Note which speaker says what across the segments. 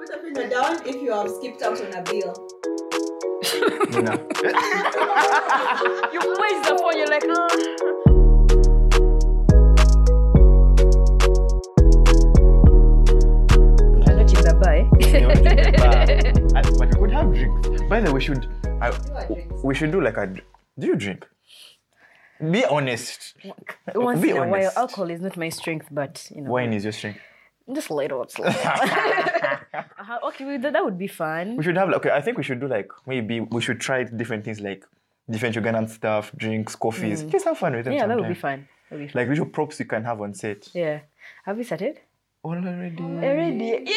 Speaker 1: entrepreneur down if you have skipped out on a bill.
Speaker 2: You raise the phone, you're like, uh. I'm not in the bar.
Speaker 3: and, but we could have drinks. By the way, we should I,
Speaker 1: You are drinks.
Speaker 3: we should do like a. dr- Do you drink? Be honest.
Speaker 2: Once
Speaker 3: Be
Speaker 2: in a while,
Speaker 3: honest.
Speaker 2: alcohol is not my strength, but you know,
Speaker 3: Wine is your strength.
Speaker 2: just little. it's little. uh-huh. Okay, well, that, that would be fun.
Speaker 3: We should have like okay. I think we should do like maybe we should try different things like different Ugandan stuff, drinks, coffees. Just have fun with them.
Speaker 2: Hmm. Yeah, that would be
Speaker 3: sometime.
Speaker 2: fun. That would be fun.
Speaker 3: Like usual props you can have on set.
Speaker 2: Yeah. Have we started?
Speaker 3: Already.
Speaker 2: Already.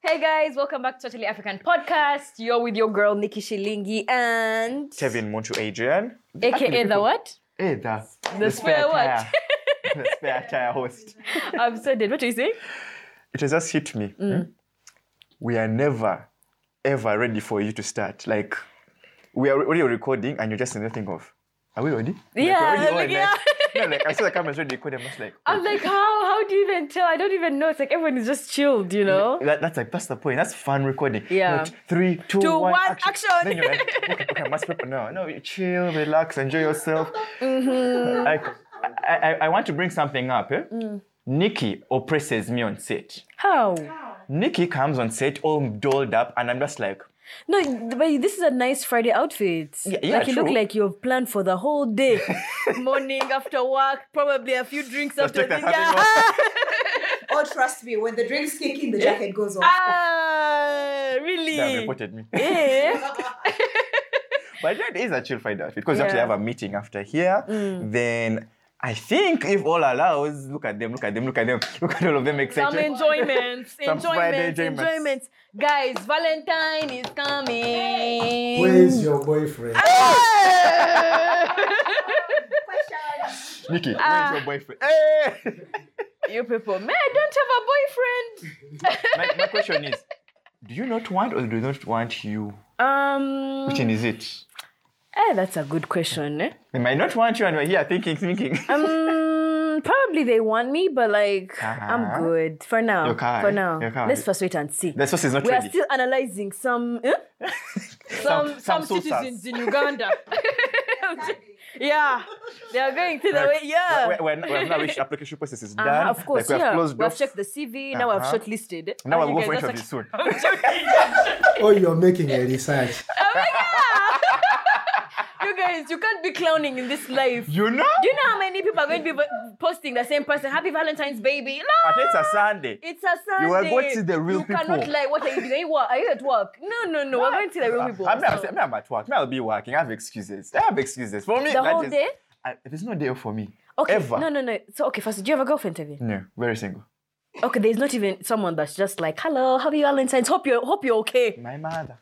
Speaker 2: hey guys, welcome back to Totally African Podcast. You're with your girl Nikki Shilingi and
Speaker 3: Kevin Montu Adrian.
Speaker 2: aka the what?
Speaker 3: Hey, the,
Speaker 2: The spare what?
Speaker 3: tire. the spare tire host.
Speaker 2: I'm so dead. What do you say?
Speaker 3: It has just hit me.
Speaker 2: Mm.
Speaker 3: hmm? We are never, ever ready for you to start. Like, we are already recording and you're just in the thing of, are we ready?
Speaker 2: Yeah,
Speaker 3: Like,
Speaker 2: like,
Speaker 3: already
Speaker 2: yeah.
Speaker 3: no, like, I saw the camera's ready recording. I'm just like,
Speaker 2: I'm like, how how do you even tell? I don't even know. It's like everyone is just chilled, you know?
Speaker 3: That, that's like eh. that's the point. That's fun recording.
Speaker 2: Yeah.
Speaker 3: Not three, two,
Speaker 2: Two,
Speaker 3: one,
Speaker 2: one, action.
Speaker 3: Then you're like, okay, okay, I must prepare. No, no, you chill, relax, enjoy yourself.
Speaker 2: Mm-hmm.
Speaker 3: Like, I, I, I want to bring something up. Eh?
Speaker 2: Mm.
Speaker 3: Nikki oppresses me on set.
Speaker 2: How?
Speaker 3: Nikki comes on set all dolled up, and I'm just like,
Speaker 2: No, but this is a nice Friday outfit.
Speaker 3: yeah,
Speaker 2: like you look
Speaker 3: true.
Speaker 2: like you've planned for the whole day. Morning after work, probably a few drinks
Speaker 3: Just
Speaker 2: after
Speaker 3: take
Speaker 2: this.
Speaker 3: that having
Speaker 2: Yeah.
Speaker 1: Oh, trust me, when the drinks kick in, the jacket goes off.
Speaker 2: Ah, really? Eh?
Speaker 3: they have reported me.
Speaker 2: Yeah.
Speaker 3: but that is a chill fight outfit because you
Speaker 2: Yeah. Mm.
Speaker 3: actually have a meeting after here. Then. I think if all allows, look at them, look at them, look at them, look at all of them excited.
Speaker 2: Some enjoyments,
Speaker 3: Some Friday
Speaker 2: enjoyments,
Speaker 3: enjoyments.
Speaker 2: enjoyments. Guys, Valentine is coming.
Speaker 4: Where's your boyfriend?
Speaker 2: Ah!
Speaker 3: Nikki,
Speaker 2: Ah.
Speaker 3: where's your boyfriend? Hey!
Speaker 2: you people, man, I don't have a boyfriend.
Speaker 3: my, my question is do you not want or do you not want you
Speaker 2: Um,
Speaker 3: which one is it
Speaker 2: eh, that's a good question. Eh?
Speaker 3: they might not want you and we're here thinking thinking
Speaker 2: Um, probably they want me, but like,
Speaker 3: Uh-huh.
Speaker 2: I'm good for now.
Speaker 3: Okay,
Speaker 2: For now,
Speaker 3: okay.
Speaker 2: let's first wait and see.
Speaker 3: the source is not
Speaker 2: we are
Speaker 3: ready
Speaker 2: still analyzing some eh? some some,
Speaker 3: sources.
Speaker 2: citizens in Uganda. yeah, they are going through the way.
Speaker 3: Like,
Speaker 2: Yeah.
Speaker 3: when, when, when our application process is done
Speaker 2: Uh-huh, of course,
Speaker 3: like we have
Speaker 2: yeah.
Speaker 3: closed
Speaker 2: we have
Speaker 3: off,
Speaker 2: checked the CV. Now I've
Speaker 3: Uh-huh.
Speaker 2: shortlisted.
Speaker 3: now
Speaker 2: And
Speaker 3: I'll
Speaker 2: you
Speaker 3: go
Speaker 2: guys
Speaker 3: for
Speaker 2: are
Speaker 3: interview
Speaker 2: such-
Speaker 3: soon
Speaker 4: Oh, you're making a research.
Speaker 2: You guys, you can't be clowning in this life.
Speaker 3: you know
Speaker 2: Do you know how many people are going to be v- posting the same person? Happy Valentine's, baby. No,
Speaker 3: at least a Sunday
Speaker 2: it's a Sunday.
Speaker 3: You are going to see the real
Speaker 2: You cannot
Speaker 3: people. Ah,
Speaker 2: lie. What are you doing? Are you, wa- are you at work? No, no, no. We're going to see the real people.
Speaker 3: I'm,
Speaker 2: So,
Speaker 3: not, I'm not at work. Me, I'll be working. I have excuses. I have excuses. For me,
Speaker 2: the
Speaker 3: that
Speaker 2: whole
Speaker 3: is-
Speaker 2: day.
Speaker 3: I- there's no day off for me.
Speaker 2: Okay.
Speaker 3: Ever.
Speaker 2: No, no, no. So okay, first, do you have a girlfriend, Tevin?
Speaker 3: No, very single.
Speaker 2: Okay, there's not even someone that's just like, hello, happy Valentine's. Hope you're hope you're okay.
Speaker 3: My mother.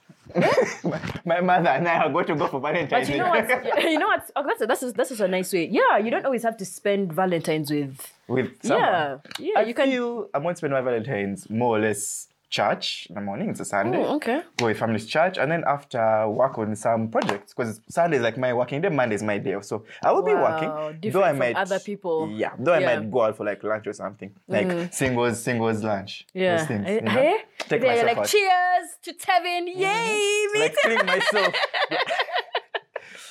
Speaker 3: my, my mother and I are going to go for Valentine's
Speaker 2: But you know
Speaker 3: Day.
Speaker 2: what? you know what? Okay, that's a, that's a, that's just a nice way. Yeah, you don't always have to spend Valentine's with.
Speaker 3: With someone.
Speaker 2: Yeah, yeah.
Speaker 3: I
Speaker 2: you can.
Speaker 3: feel I won't spend my Valentine's more or less church in the morning. It's a Sunday.
Speaker 2: Mm, okay.
Speaker 3: Go with family's church, and then after work on some projects because Sunday is like my working day. Monday is my day off, so I will be
Speaker 2: Wow,
Speaker 3: working.
Speaker 2: different from other people.
Speaker 3: Yeah, though
Speaker 2: Yeah. Mm.
Speaker 3: I might go out for like lunch or something, like singles, singles lunch.
Speaker 2: Yeah.
Speaker 3: those things.
Speaker 2: Eh,
Speaker 3: you know?
Speaker 2: eh?
Speaker 3: Take
Speaker 2: They're
Speaker 3: myself
Speaker 2: like,
Speaker 3: out.
Speaker 2: cheers to Tevin. Yay, me
Speaker 3: like
Speaker 2: too.
Speaker 3: killing myself.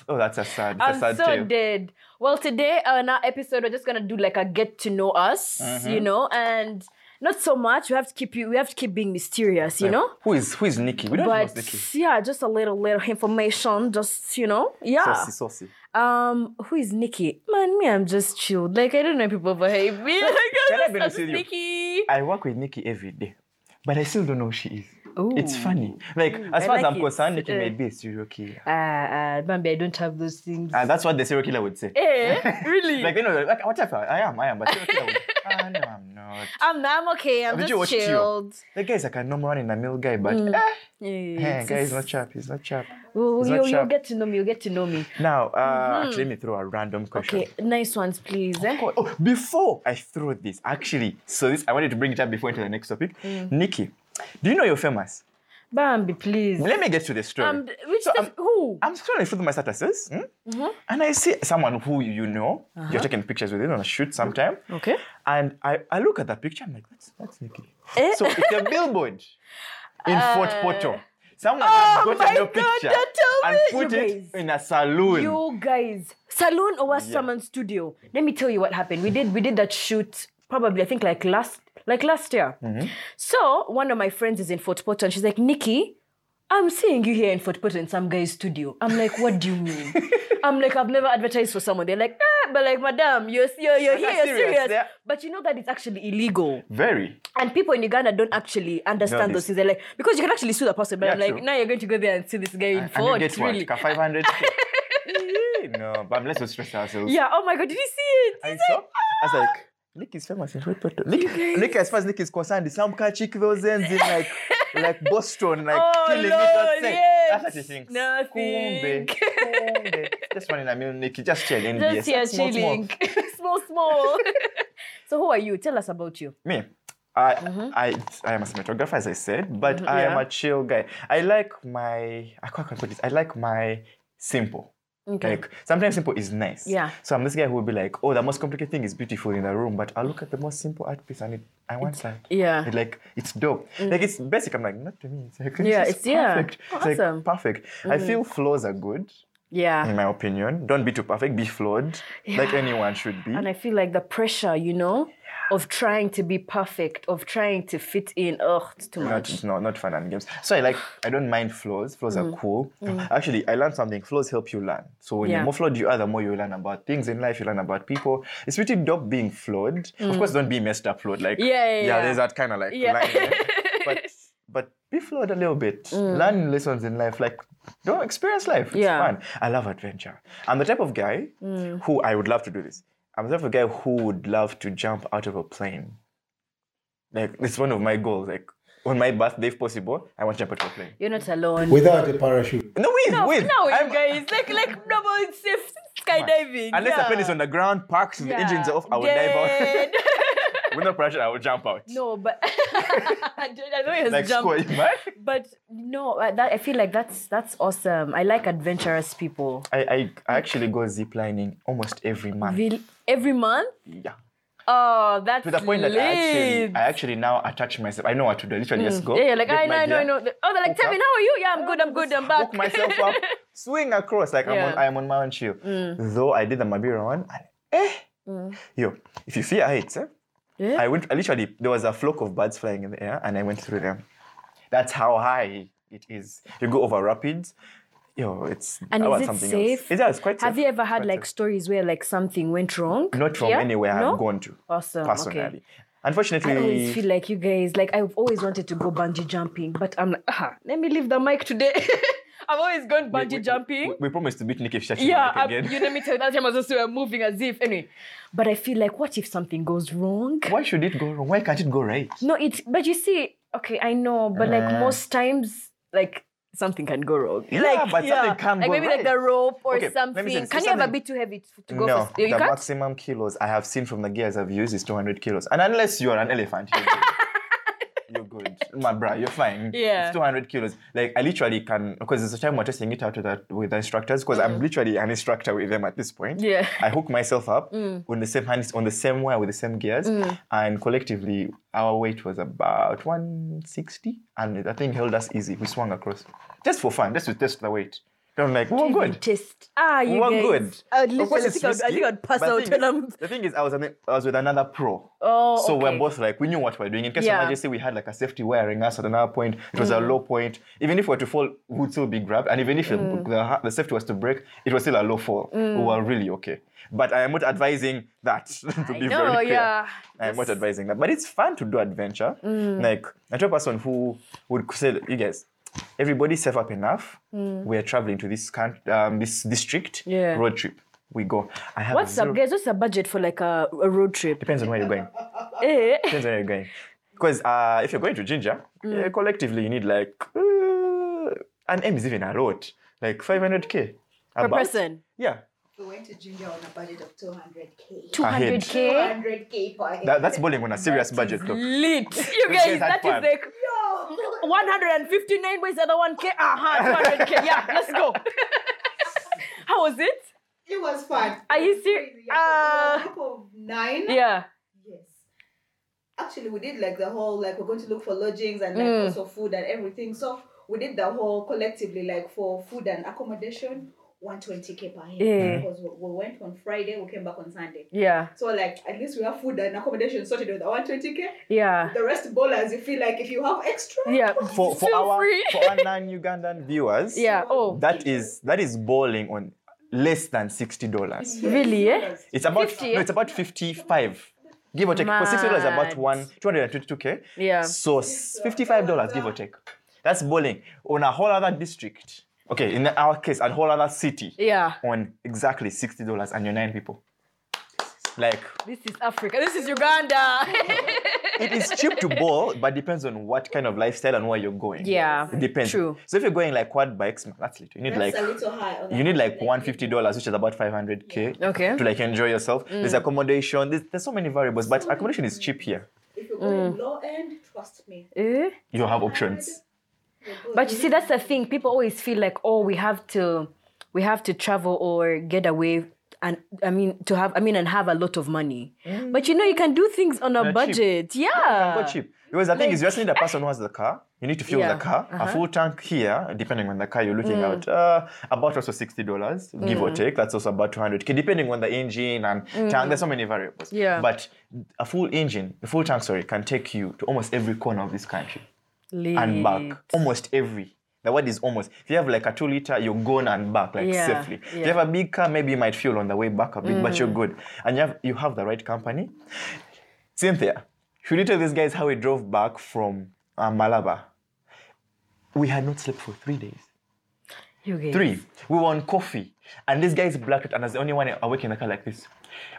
Speaker 3: oh, that's a sad. It's a
Speaker 2: I'm
Speaker 3: sad
Speaker 2: so
Speaker 3: tale.
Speaker 2: dead. Well, today on our episode, we're just gonna do like a get to know us,
Speaker 3: Mm-hmm.
Speaker 2: you know, and not so much. We have to keep you. We have to keep being mysterious, you
Speaker 3: Like,
Speaker 2: know.
Speaker 3: who is who is Nikki? We don't
Speaker 2: But
Speaker 3: know Nikki.
Speaker 2: yeah, just a little little information, just you know, yeah.
Speaker 3: Saucy, saucy.
Speaker 2: Um, who is Nikki? Man, me, I'm just chilled. Like I don't know people behave me. Like,
Speaker 3: Can I
Speaker 2: I'm
Speaker 3: be honest
Speaker 2: just
Speaker 3: with you?
Speaker 2: Nikki.
Speaker 3: I work with Nikki every day, but I still don't know who she is. It's
Speaker 2: Ooh.
Speaker 3: funny. Like, as
Speaker 2: I
Speaker 3: far as
Speaker 2: like
Speaker 3: I'm
Speaker 2: it.
Speaker 3: concerned, Nikki
Speaker 2: Uh,
Speaker 3: may be a serial killer.
Speaker 2: Ah, uh, Bambi, I don't have those things.
Speaker 3: And that's what the serial killer would say.
Speaker 2: eh, really?
Speaker 3: Ah. Like, you know, like, whatever. I am, I am, but serial killer would ah, no, I'm not.
Speaker 2: I'm, I'm okay. I'm
Speaker 3: Did you
Speaker 2: just
Speaker 3: watch Tio?
Speaker 2: chilled.
Speaker 3: The guy's like a normal one in a male guy, but
Speaker 2: Mm.
Speaker 3: eh,
Speaker 2: Yeah,
Speaker 3: hey,
Speaker 2: it's-
Speaker 3: guy, he's not chap, he's not chap.
Speaker 2: Well,
Speaker 3: It's not
Speaker 2: you, you'll
Speaker 3: sharp.
Speaker 2: get to know me. You'll get to know me.
Speaker 3: Now, uh, actually, let me throw a random question.
Speaker 2: Mm-hmm. Okay, nice ones, please. Eh?
Speaker 3: Oh, oh, before I throw this,
Speaker 2: Mm.
Speaker 3: actually, so this, I wanted to bring it up before into the next topic. Nikki, do you know you're famous?
Speaker 2: Bambi, please.
Speaker 3: Let me get to the story.
Speaker 2: Um, which
Speaker 3: So,
Speaker 2: def-
Speaker 3: um,
Speaker 2: who?
Speaker 3: I'm scrolling through my statuses, hmm?
Speaker 2: Mm-hmm.
Speaker 3: and I see someone who you know.
Speaker 2: Uh-huh.
Speaker 3: You're taking pictures with him on a shoot sometime,
Speaker 2: Okay.
Speaker 3: and I, I look at that picture. I'm like, that's that's Nikki.
Speaker 2: Eh? Uh,
Speaker 3: So it's a billboard in Fort Porto. Someone
Speaker 2: Oh
Speaker 3: got
Speaker 2: my
Speaker 3: a new
Speaker 2: God,
Speaker 3: picture
Speaker 2: don't tell
Speaker 3: and
Speaker 2: me.
Speaker 3: put
Speaker 2: You
Speaker 3: it
Speaker 2: guys.
Speaker 3: in a saloon.
Speaker 2: You guys, salon or was
Speaker 3: Yeah.
Speaker 2: someone's studio? Let me tell you what happened. We did we did that shoot probably I think like last like last year.
Speaker 3: Mm-hmm.
Speaker 2: So one of my friends is in Fort Porto and she's like, Nikki, I'm seeing you here in Fort Porto in some guy's studio. I'm like, what do you mean? I'm like, I've never advertised for someone. They're like, ah, but like, madam, you're you're, you're here,
Speaker 3: That's
Speaker 2: you're
Speaker 3: serious,
Speaker 2: serious.
Speaker 3: yeah.
Speaker 2: But you know that it's actually illegal.
Speaker 3: Very.
Speaker 2: And people in Uganda don't actually understand
Speaker 3: No,
Speaker 2: those
Speaker 3: this-
Speaker 2: things. They're like, because you can actually sue the person, but
Speaker 3: Yeah,
Speaker 2: I'm like,
Speaker 3: true.
Speaker 2: now you're going to go there and see this guy in
Speaker 3: and you
Speaker 2: Fort,
Speaker 3: get what?
Speaker 2: really.
Speaker 3: Ka 500? no, but let's not stress ourselves.
Speaker 2: Yeah, oh my god, did you see it? Ah!
Speaker 3: I
Speaker 2: He's
Speaker 3: saw.
Speaker 2: like,
Speaker 3: I was like, Nick is famous in Fort Porto. Nick, Nick, as far as Nick is concerned, is some catchy those ends in like, like Boston, like
Speaker 2: Oh,
Speaker 3: killing
Speaker 2: Lord,
Speaker 3: innocent. That's what he
Speaker 2: yes.
Speaker 3: thinks. Kumbe,
Speaker 2: Nothing.
Speaker 3: kumbe. Just one in a million, Nicky. Just chill, NBS.
Speaker 2: just here
Speaker 3: Small, small.
Speaker 2: chilling. Small, small. so who are you? Tell us about you. Mm-hmm.
Speaker 3: Me. I, I I am a cinematographer as I said, but I am
Speaker 2: yeah.
Speaker 3: a chill guy. I like my I can't put this. I like my simple.
Speaker 2: Okay.
Speaker 3: Like sometimes simple is nice.
Speaker 2: Yeah.
Speaker 3: So I'm this guy who will be like, oh, the most complicated thing is beautiful in the room, but I look at the most simple art piece and it, I want that.
Speaker 2: yeah.
Speaker 3: It, like it's dope. Like it's basic. I'm like not to me. It's like,
Speaker 2: Mm. Yeah,
Speaker 3: this is
Speaker 2: it's- yeah.
Speaker 3: perfect. It's
Speaker 2: Awesome. Mm-hmm.
Speaker 3: like perfect. I feel flaws are good in
Speaker 2: yeah.
Speaker 3: my opinion. Don't be too perfect. Be flawed, like anyone should be.
Speaker 2: And I feel like the pressure, you know, of trying to be perfect, of trying to fit in. Ugh, it's too
Speaker 3: not,
Speaker 2: much.
Speaker 3: it's not not fun and games. So I like I don't mind flaws. Flaws
Speaker 2: Mm.
Speaker 3: are cool. Actually, I learned something. Flaws help you learn. So when
Speaker 2: Yeah.
Speaker 3: the more flawed you are, the more you learn about things in life. You learn about people. It's pretty dope being flawed. Of course, don't be messed up flawed. Like
Speaker 2: Mm. Yeah, yeah, yeah.
Speaker 3: there's that kind of like
Speaker 2: Yeah.
Speaker 3: line. there. but but be flawed a little bit. Learn lessons in life. Like don't experience life. It's
Speaker 2: Mm. Yeah. Mm.
Speaker 3: fun. I love adventure. I'm the type of guy who I would love to do this. I'm the type of guy who would love to jump out of a plane. Like it's one of my goals. Like on my birthday, if possible, I want to jump out of a plane.
Speaker 2: You're not alone.
Speaker 4: Without a parachute.
Speaker 3: No, with
Speaker 2: no,
Speaker 3: with.
Speaker 2: no,
Speaker 3: I'm-
Speaker 2: you guys, like, like normal safe skydiving.
Speaker 3: Unless
Speaker 2: yeah.
Speaker 3: the plane is on the ground, parked, the engines are off, I will dive
Speaker 2: Dead.
Speaker 3: out. With no pressure, I will jump out.
Speaker 2: no, but I know he has
Speaker 3: like
Speaker 2: jumped.
Speaker 3: squat, man.
Speaker 2: But no, I- that, I feel like that's that's awesome. I like adventurous people.
Speaker 3: I, I I actually go ziplining almost every month.
Speaker 2: Really, every month.
Speaker 3: Yeah.
Speaker 2: Oh, that's
Speaker 3: To the point that I actually,
Speaker 2: lit.
Speaker 3: I actually now attach myself. I know what to do. I Literally, just go.
Speaker 2: Mm. yeah, yeah, like
Speaker 3: get
Speaker 2: I know,
Speaker 3: my
Speaker 2: I know, I
Speaker 3: gear,
Speaker 2: know. Oh, they're like,
Speaker 3: Hook
Speaker 2: Tevin,
Speaker 3: up.
Speaker 2: how are you? Yeah, I'm good, I'm good, I'm back.
Speaker 3: Hook myself up, swing across like
Speaker 2: Yeah.
Speaker 3: I'm on
Speaker 2: Mm.
Speaker 3: I'm on my own chill. Though I did the Mabira one, and eh, yo, if you fear heights, eh,
Speaker 2: Yeah.
Speaker 3: I went. I literally there was a flock of birds flying in the air, and I went through them. That's how high it is. You go over rapids. Yo, it's
Speaker 2: And
Speaker 3: I
Speaker 2: is
Speaker 3: want
Speaker 2: it
Speaker 3: something
Speaker 2: safe?
Speaker 3: else. It's, yeah, it's quite
Speaker 2: Have
Speaker 3: safe.
Speaker 2: you ever had
Speaker 3: Quite
Speaker 2: like
Speaker 3: safe.
Speaker 2: stories where like something went wrong?
Speaker 3: not from
Speaker 2: Yeah?
Speaker 3: anywhere
Speaker 2: No?
Speaker 3: I've gone to
Speaker 2: Awesome.
Speaker 3: personally.
Speaker 2: Okay.
Speaker 3: Unfortunately,
Speaker 2: I always feel like you guys, like I've always wanted to go bungee jumping, but I'm like, ah, let me leave the mic today. I've always gone
Speaker 3: we-
Speaker 2: bungee
Speaker 3: we-
Speaker 2: jumping.
Speaker 3: We, we promised to beat Nick if she actually
Speaker 2: yeah,
Speaker 3: won
Speaker 2: I,
Speaker 3: it again.
Speaker 2: you let me tell you, that time I was also uh, moving as if anyway. But I feel like, what if something goes wrong?
Speaker 3: Why should it go wrong? Why can't it go right?
Speaker 2: No, it's but you see, okay, I know, but like most times, like something can go wrong.
Speaker 3: Uh. Yeah,
Speaker 2: like,
Speaker 3: but something can
Speaker 2: like
Speaker 3: go
Speaker 2: maybe like
Speaker 3: right.
Speaker 2: the rope or
Speaker 3: Okay, let me
Speaker 2: something.
Speaker 3: tell you,
Speaker 2: can
Speaker 3: so
Speaker 2: you ever
Speaker 3: something-
Speaker 2: be too heavy to, to go
Speaker 3: no,
Speaker 2: first? You
Speaker 3: the
Speaker 2: can't.
Speaker 3: maximum kilos I have seen from the gears I've used is 200 kilos. And unless you are an elephant, you're good. you're good. My bra, you're fine.
Speaker 2: Yeah.
Speaker 3: It's 200 kilos. Like, I literally can, because there's a time we're testing it out with the, with the instructors, because I'm literally an instructor with them at this point.
Speaker 2: Yeah. Mm.
Speaker 3: I hook myself up on the same hands, on the same wire with the same gears. And collectively, our weight was about 160. And that thing held us easy. We swung across. Just for fun, just to test the weight. Then I'm like, well,
Speaker 2: You
Speaker 3: good.
Speaker 2: Test. Ah, you
Speaker 3: Well,
Speaker 2: guys.
Speaker 3: good.
Speaker 2: I,
Speaker 3: Of course
Speaker 2: literally
Speaker 3: it's
Speaker 2: think I, would, I
Speaker 3: risky,
Speaker 2: think I'd pass
Speaker 3: but
Speaker 2: out
Speaker 3: the
Speaker 2: when
Speaker 3: thing,
Speaker 2: I'm.
Speaker 3: the thing is, I was, an, I was with another pro.
Speaker 2: Oh,
Speaker 3: so
Speaker 2: okay.
Speaker 3: we're both like, we knew what we we're doing. In case
Speaker 2: Yeah.
Speaker 3: of
Speaker 2: Mm.
Speaker 3: emergency, we had like a safety wearing us at another point. It was a low point. Even if we were to fall, we would still be grabbed. And even if the-
Speaker 2: Mm.
Speaker 3: the, the safety was to break, it was still a low fall. We were really okay. But I am not advising that, to be very
Speaker 2: know,
Speaker 3: clear.
Speaker 2: yeah.
Speaker 3: I'm not advising that. But it's fun to do adventure.
Speaker 2: Mm.
Speaker 3: Like, I'm a person who would say, you guys, everybody save up enough. We're traveling to this country, um, this district
Speaker 2: Mm. Yeah.
Speaker 3: road trip. We go. I have
Speaker 2: What's up,
Speaker 3: zero-
Speaker 2: guys? What's the budget for like a, a road trip?
Speaker 3: Depends on where you're going.
Speaker 2: Eh?
Speaker 3: Depends on where you're going. Because uh, if you're going to Ginger,
Speaker 2: Mm.
Speaker 3: eh, collectively you need like uh, an M is even a lot, like 500k
Speaker 2: per person.
Speaker 3: Yeah,
Speaker 1: We went to Ginger on a budget of 200k.
Speaker 3: A head.
Speaker 2: 200k.
Speaker 1: 200k per head.
Speaker 3: that, that's bowling on a serious budget. Though.
Speaker 2: Lit. You
Speaker 3: guys
Speaker 2: guys,
Speaker 3: had
Speaker 2: that is
Speaker 3: fun.
Speaker 2: like.
Speaker 1: Yo,
Speaker 2: 159 ways, the other one K. uh-huh, Aha, 200K. Yeah, let's go. How was it?
Speaker 1: It was fun.
Speaker 2: Are you
Speaker 1: It was
Speaker 2: serious?
Speaker 1: crazy, yeah, so we were
Speaker 2: Uh,
Speaker 1: a group of nine.
Speaker 2: Yeah.
Speaker 1: Yes. Actually, we did like the whole like we're going to look for lodgings and like
Speaker 2: Mm.
Speaker 1: also food and everything. So we did the whole collectively like for food and accommodation, one twenty k per head
Speaker 2: Yeah.
Speaker 1: because we, we went on Friday, we came back on Sunday.
Speaker 2: Yeah.
Speaker 1: So like at least we have food and accommodation sorted with the one twenty k.
Speaker 2: Yeah.
Speaker 1: The rest bowlers, you feel like if you have extra,
Speaker 2: Yeah.
Speaker 3: for for
Speaker 2: Feel
Speaker 3: our
Speaker 2: free.
Speaker 3: for our non-Ugandan viewers,
Speaker 2: Yeah. Oh.
Speaker 3: that is that is bowling on less than sixty dollars.
Speaker 2: Really, eh?
Speaker 3: It's about
Speaker 2: 50,
Speaker 3: no, it's about fifty-five. Give or take. For sixty dollars, about
Speaker 2: Mad.
Speaker 3: one two hundred and twenty-two k.
Speaker 2: Yeah.
Speaker 3: So s- fifty-five dollars, give or take. That's bowling on a whole other district. Okay, in our case, a whole other city.
Speaker 2: Yeah.
Speaker 3: On exactly sixty dollars, and you're nine people. Like
Speaker 2: This is Africa. This is Uganda.
Speaker 3: it is cheap to bowl, but depends on what kind of lifestyle and where you're going.
Speaker 2: Yeah,
Speaker 3: it depends.
Speaker 2: true.
Speaker 3: So if you're going like quad bikes, man, that's little. You need
Speaker 1: That's
Speaker 3: like
Speaker 1: a little high. on
Speaker 3: you need like
Speaker 1: the-
Speaker 3: one fifty dollars, which is about five hundred k.
Speaker 2: Okay. Mm.
Speaker 3: To like enjoy yourself. There's accommodation. There's, there's so many variables, but accommodation is cheap here.
Speaker 1: If you're
Speaker 2: Mm.
Speaker 1: going low end, trust me.
Speaker 2: Eh?
Speaker 3: You have options.
Speaker 1: you're good.
Speaker 2: But you see, that's the thing. People always feel like, oh, we have to, we have to travel or get away, and I mean to have, I mean, and have a lot of money. But you know, you can do things on a
Speaker 3: They're cheap.
Speaker 2: budget. Yeah.
Speaker 3: Go cheap. Because the thing is, you just need a person who has the car. You need to fuel
Speaker 2: Yeah, Uh-huh. Mm.
Speaker 3: the car. A full tank here, depending on the car you're looking at, uh, about also sixty dollars, give or take. That's also about two hundred k, depending on the engine and tank. There's so many variables.
Speaker 2: Mm. Yeah.
Speaker 3: But a full engine, a full tank, sorry, can take you to almost every corner of this country. and
Speaker 2: Lit.
Speaker 3: back. Almost every. The word is almost. If you have like a two liter, you're gone and back like
Speaker 2: Yeah,
Speaker 3: safely. If you
Speaker 2: yeah. Mm.
Speaker 3: have a big car, maybe you might fuel on the way back a bit, but you're good. And you have you have the right company. Cynthia, should you tell these guys how we drove back from uh, Malaba? We had not slept for three days.
Speaker 2: You get-
Speaker 3: Three. We were on coffee, and this guy's blacked out, and I was the only one awake in the car like this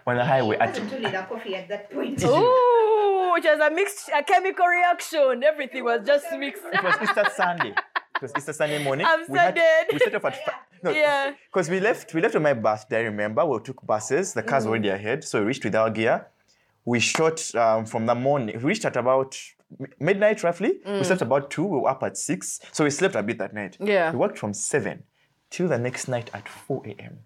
Speaker 3: on the highway. At,
Speaker 1: Wasn't really that coffee at that point.
Speaker 2: Oh. Ooh, which was a mixed, a chemical reaction. Everything was just mixed.
Speaker 3: it was Easter Sunday. It was Easter Sunday morning.
Speaker 2: I'm
Speaker 3: we
Speaker 2: so
Speaker 3: had-
Speaker 2: dead.
Speaker 3: We set off at five. No,
Speaker 2: Yeah.
Speaker 3: Because we left, we left on my birthday. Remember, we took buses. The car's already ahead, so we reached with our gear. We shot um, from the morning. We reached at about mi- midnight, roughly. We slept about two. We were up at six, so we slept a bit that night.
Speaker 2: Yeah.
Speaker 3: We worked from seven till the next night at four a.m.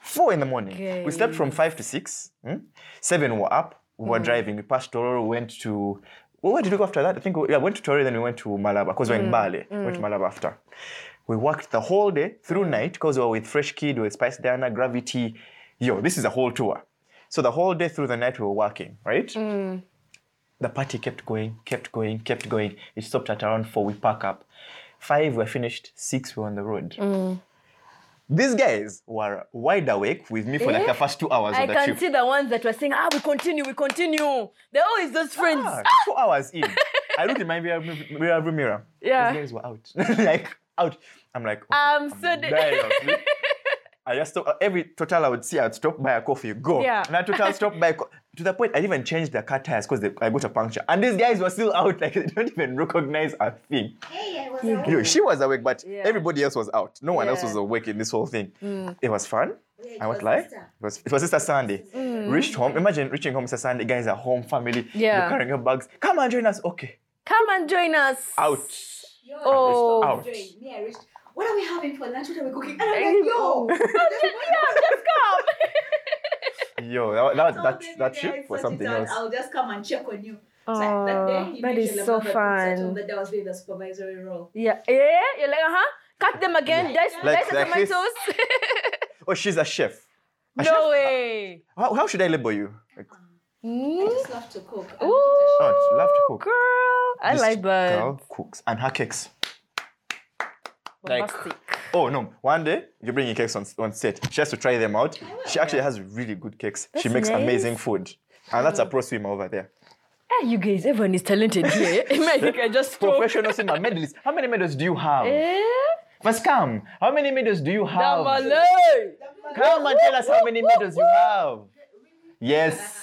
Speaker 3: Four in the morning. We slept from five to six. mm? Seven we were up. We were driving. We passed Toro. We went to. Well, where did we go after that? I think we yeah, we went to Toro, then we went to Malaba because we we're in Bali. We Went to Malaba after. We worked the whole day through night because we were with Fresh Kid, we were with Spice Diana, Gravity. Yo, this is a whole tour. So the whole day through the night we were working, right?
Speaker 2: Mm.
Speaker 3: The party kept going, kept going, kept going. It stopped at around four. We pack up. Five, we're finished. Six, we're on the road.
Speaker 2: Mm.
Speaker 3: These guys were wide awake with me for like the first two hours
Speaker 2: Eh? I
Speaker 3: of the
Speaker 2: can
Speaker 3: trip.
Speaker 2: see the ones that were saying, ah, we continue, we continue. They're always those friends.
Speaker 3: Ah, two hours in. I looked in my mirror, mirror, mirror, mirror.
Speaker 2: Yeah.
Speaker 3: These guys were out. like, out. I'm like, okay,
Speaker 2: I'm Um, so dead.
Speaker 3: dying of sleep. I just stop, uh, every total I would see, I'd stop by a coffee, go.
Speaker 2: Yeah.
Speaker 3: And I total stop by a co- to the point I didn't even change the car tires because I got a puncture. And these guys were still out, like they don't even recognize a thing.
Speaker 1: Hey, I was
Speaker 3: You know, she was awake, but
Speaker 2: Yeah.
Speaker 3: everybody else was out. No one else
Speaker 2: Yeah.
Speaker 3: was
Speaker 2: Hmm.
Speaker 3: awake in this whole thing. It was fun.
Speaker 1: Yeah, it
Speaker 3: I won't
Speaker 1: was
Speaker 3: lie. It
Speaker 1: Easter.
Speaker 3: was, it was Easter Sunday.
Speaker 2: Mm.
Speaker 3: Reached home. Imagine reaching home Easter Sunday. Guys are home, family.
Speaker 2: Hmm. Yeah.
Speaker 3: You're carrying your bags. Come and join us. Okay.
Speaker 2: Come and join us.
Speaker 3: Out.
Speaker 1: Yo,
Speaker 2: Oh.
Speaker 1: I
Speaker 3: Out.
Speaker 1: reached out. Me, I reached. What are we having for lunch? What are we cooking? And I'm
Speaker 2: Hey,
Speaker 1: like, yo,
Speaker 2: yo. Yeah, just come.
Speaker 3: Yo, that, that,
Speaker 1: so
Speaker 3: that,
Speaker 1: maybe
Speaker 3: that
Speaker 1: guys
Speaker 3: trip
Speaker 1: sort
Speaker 3: was
Speaker 1: it
Speaker 3: something
Speaker 1: out.
Speaker 3: else.
Speaker 1: I'll just come and check on you. So that day,
Speaker 2: Aw,
Speaker 1: you
Speaker 2: Oh, that
Speaker 1: mentioned
Speaker 2: is
Speaker 1: about
Speaker 2: so
Speaker 1: the group chat
Speaker 2: fun.
Speaker 1: on That I was doing the supervisory role.
Speaker 2: Yeah, yeah, you're like, uh huh. Cut them again, dice,
Speaker 3: Like-
Speaker 2: dice the
Speaker 3: like this.
Speaker 2: tomatoes.
Speaker 3: Oh, she's a chef. A chef?
Speaker 2: no way.
Speaker 3: How, how should I label you? Like,
Speaker 1: I
Speaker 2: Mm.
Speaker 1: just love to cook. I'm
Speaker 2: Ooh,
Speaker 1: not
Speaker 3: oh, love to cook.
Speaker 2: girl. I
Speaker 3: This
Speaker 2: like that.
Speaker 3: Girl cooks and her cakes. like-
Speaker 2: Bombastic.
Speaker 3: Oh no! One day you're bringing cakes on, on set. She has to try them out. She actually has really good cakes. she
Speaker 2: That's
Speaker 3: makes
Speaker 2: nice.
Speaker 3: amazing food, and that's a pro swimmer over there.
Speaker 2: Hey, you guys, everyone is talented here. I mean, I think I just spoke.
Speaker 3: Professional swimmer medalist. How many medals do you have?
Speaker 2: Eh?
Speaker 3: First come. How many medals do you have?
Speaker 2: Tamale.
Speaker 3: Come and tell us how many medals you have. Yes.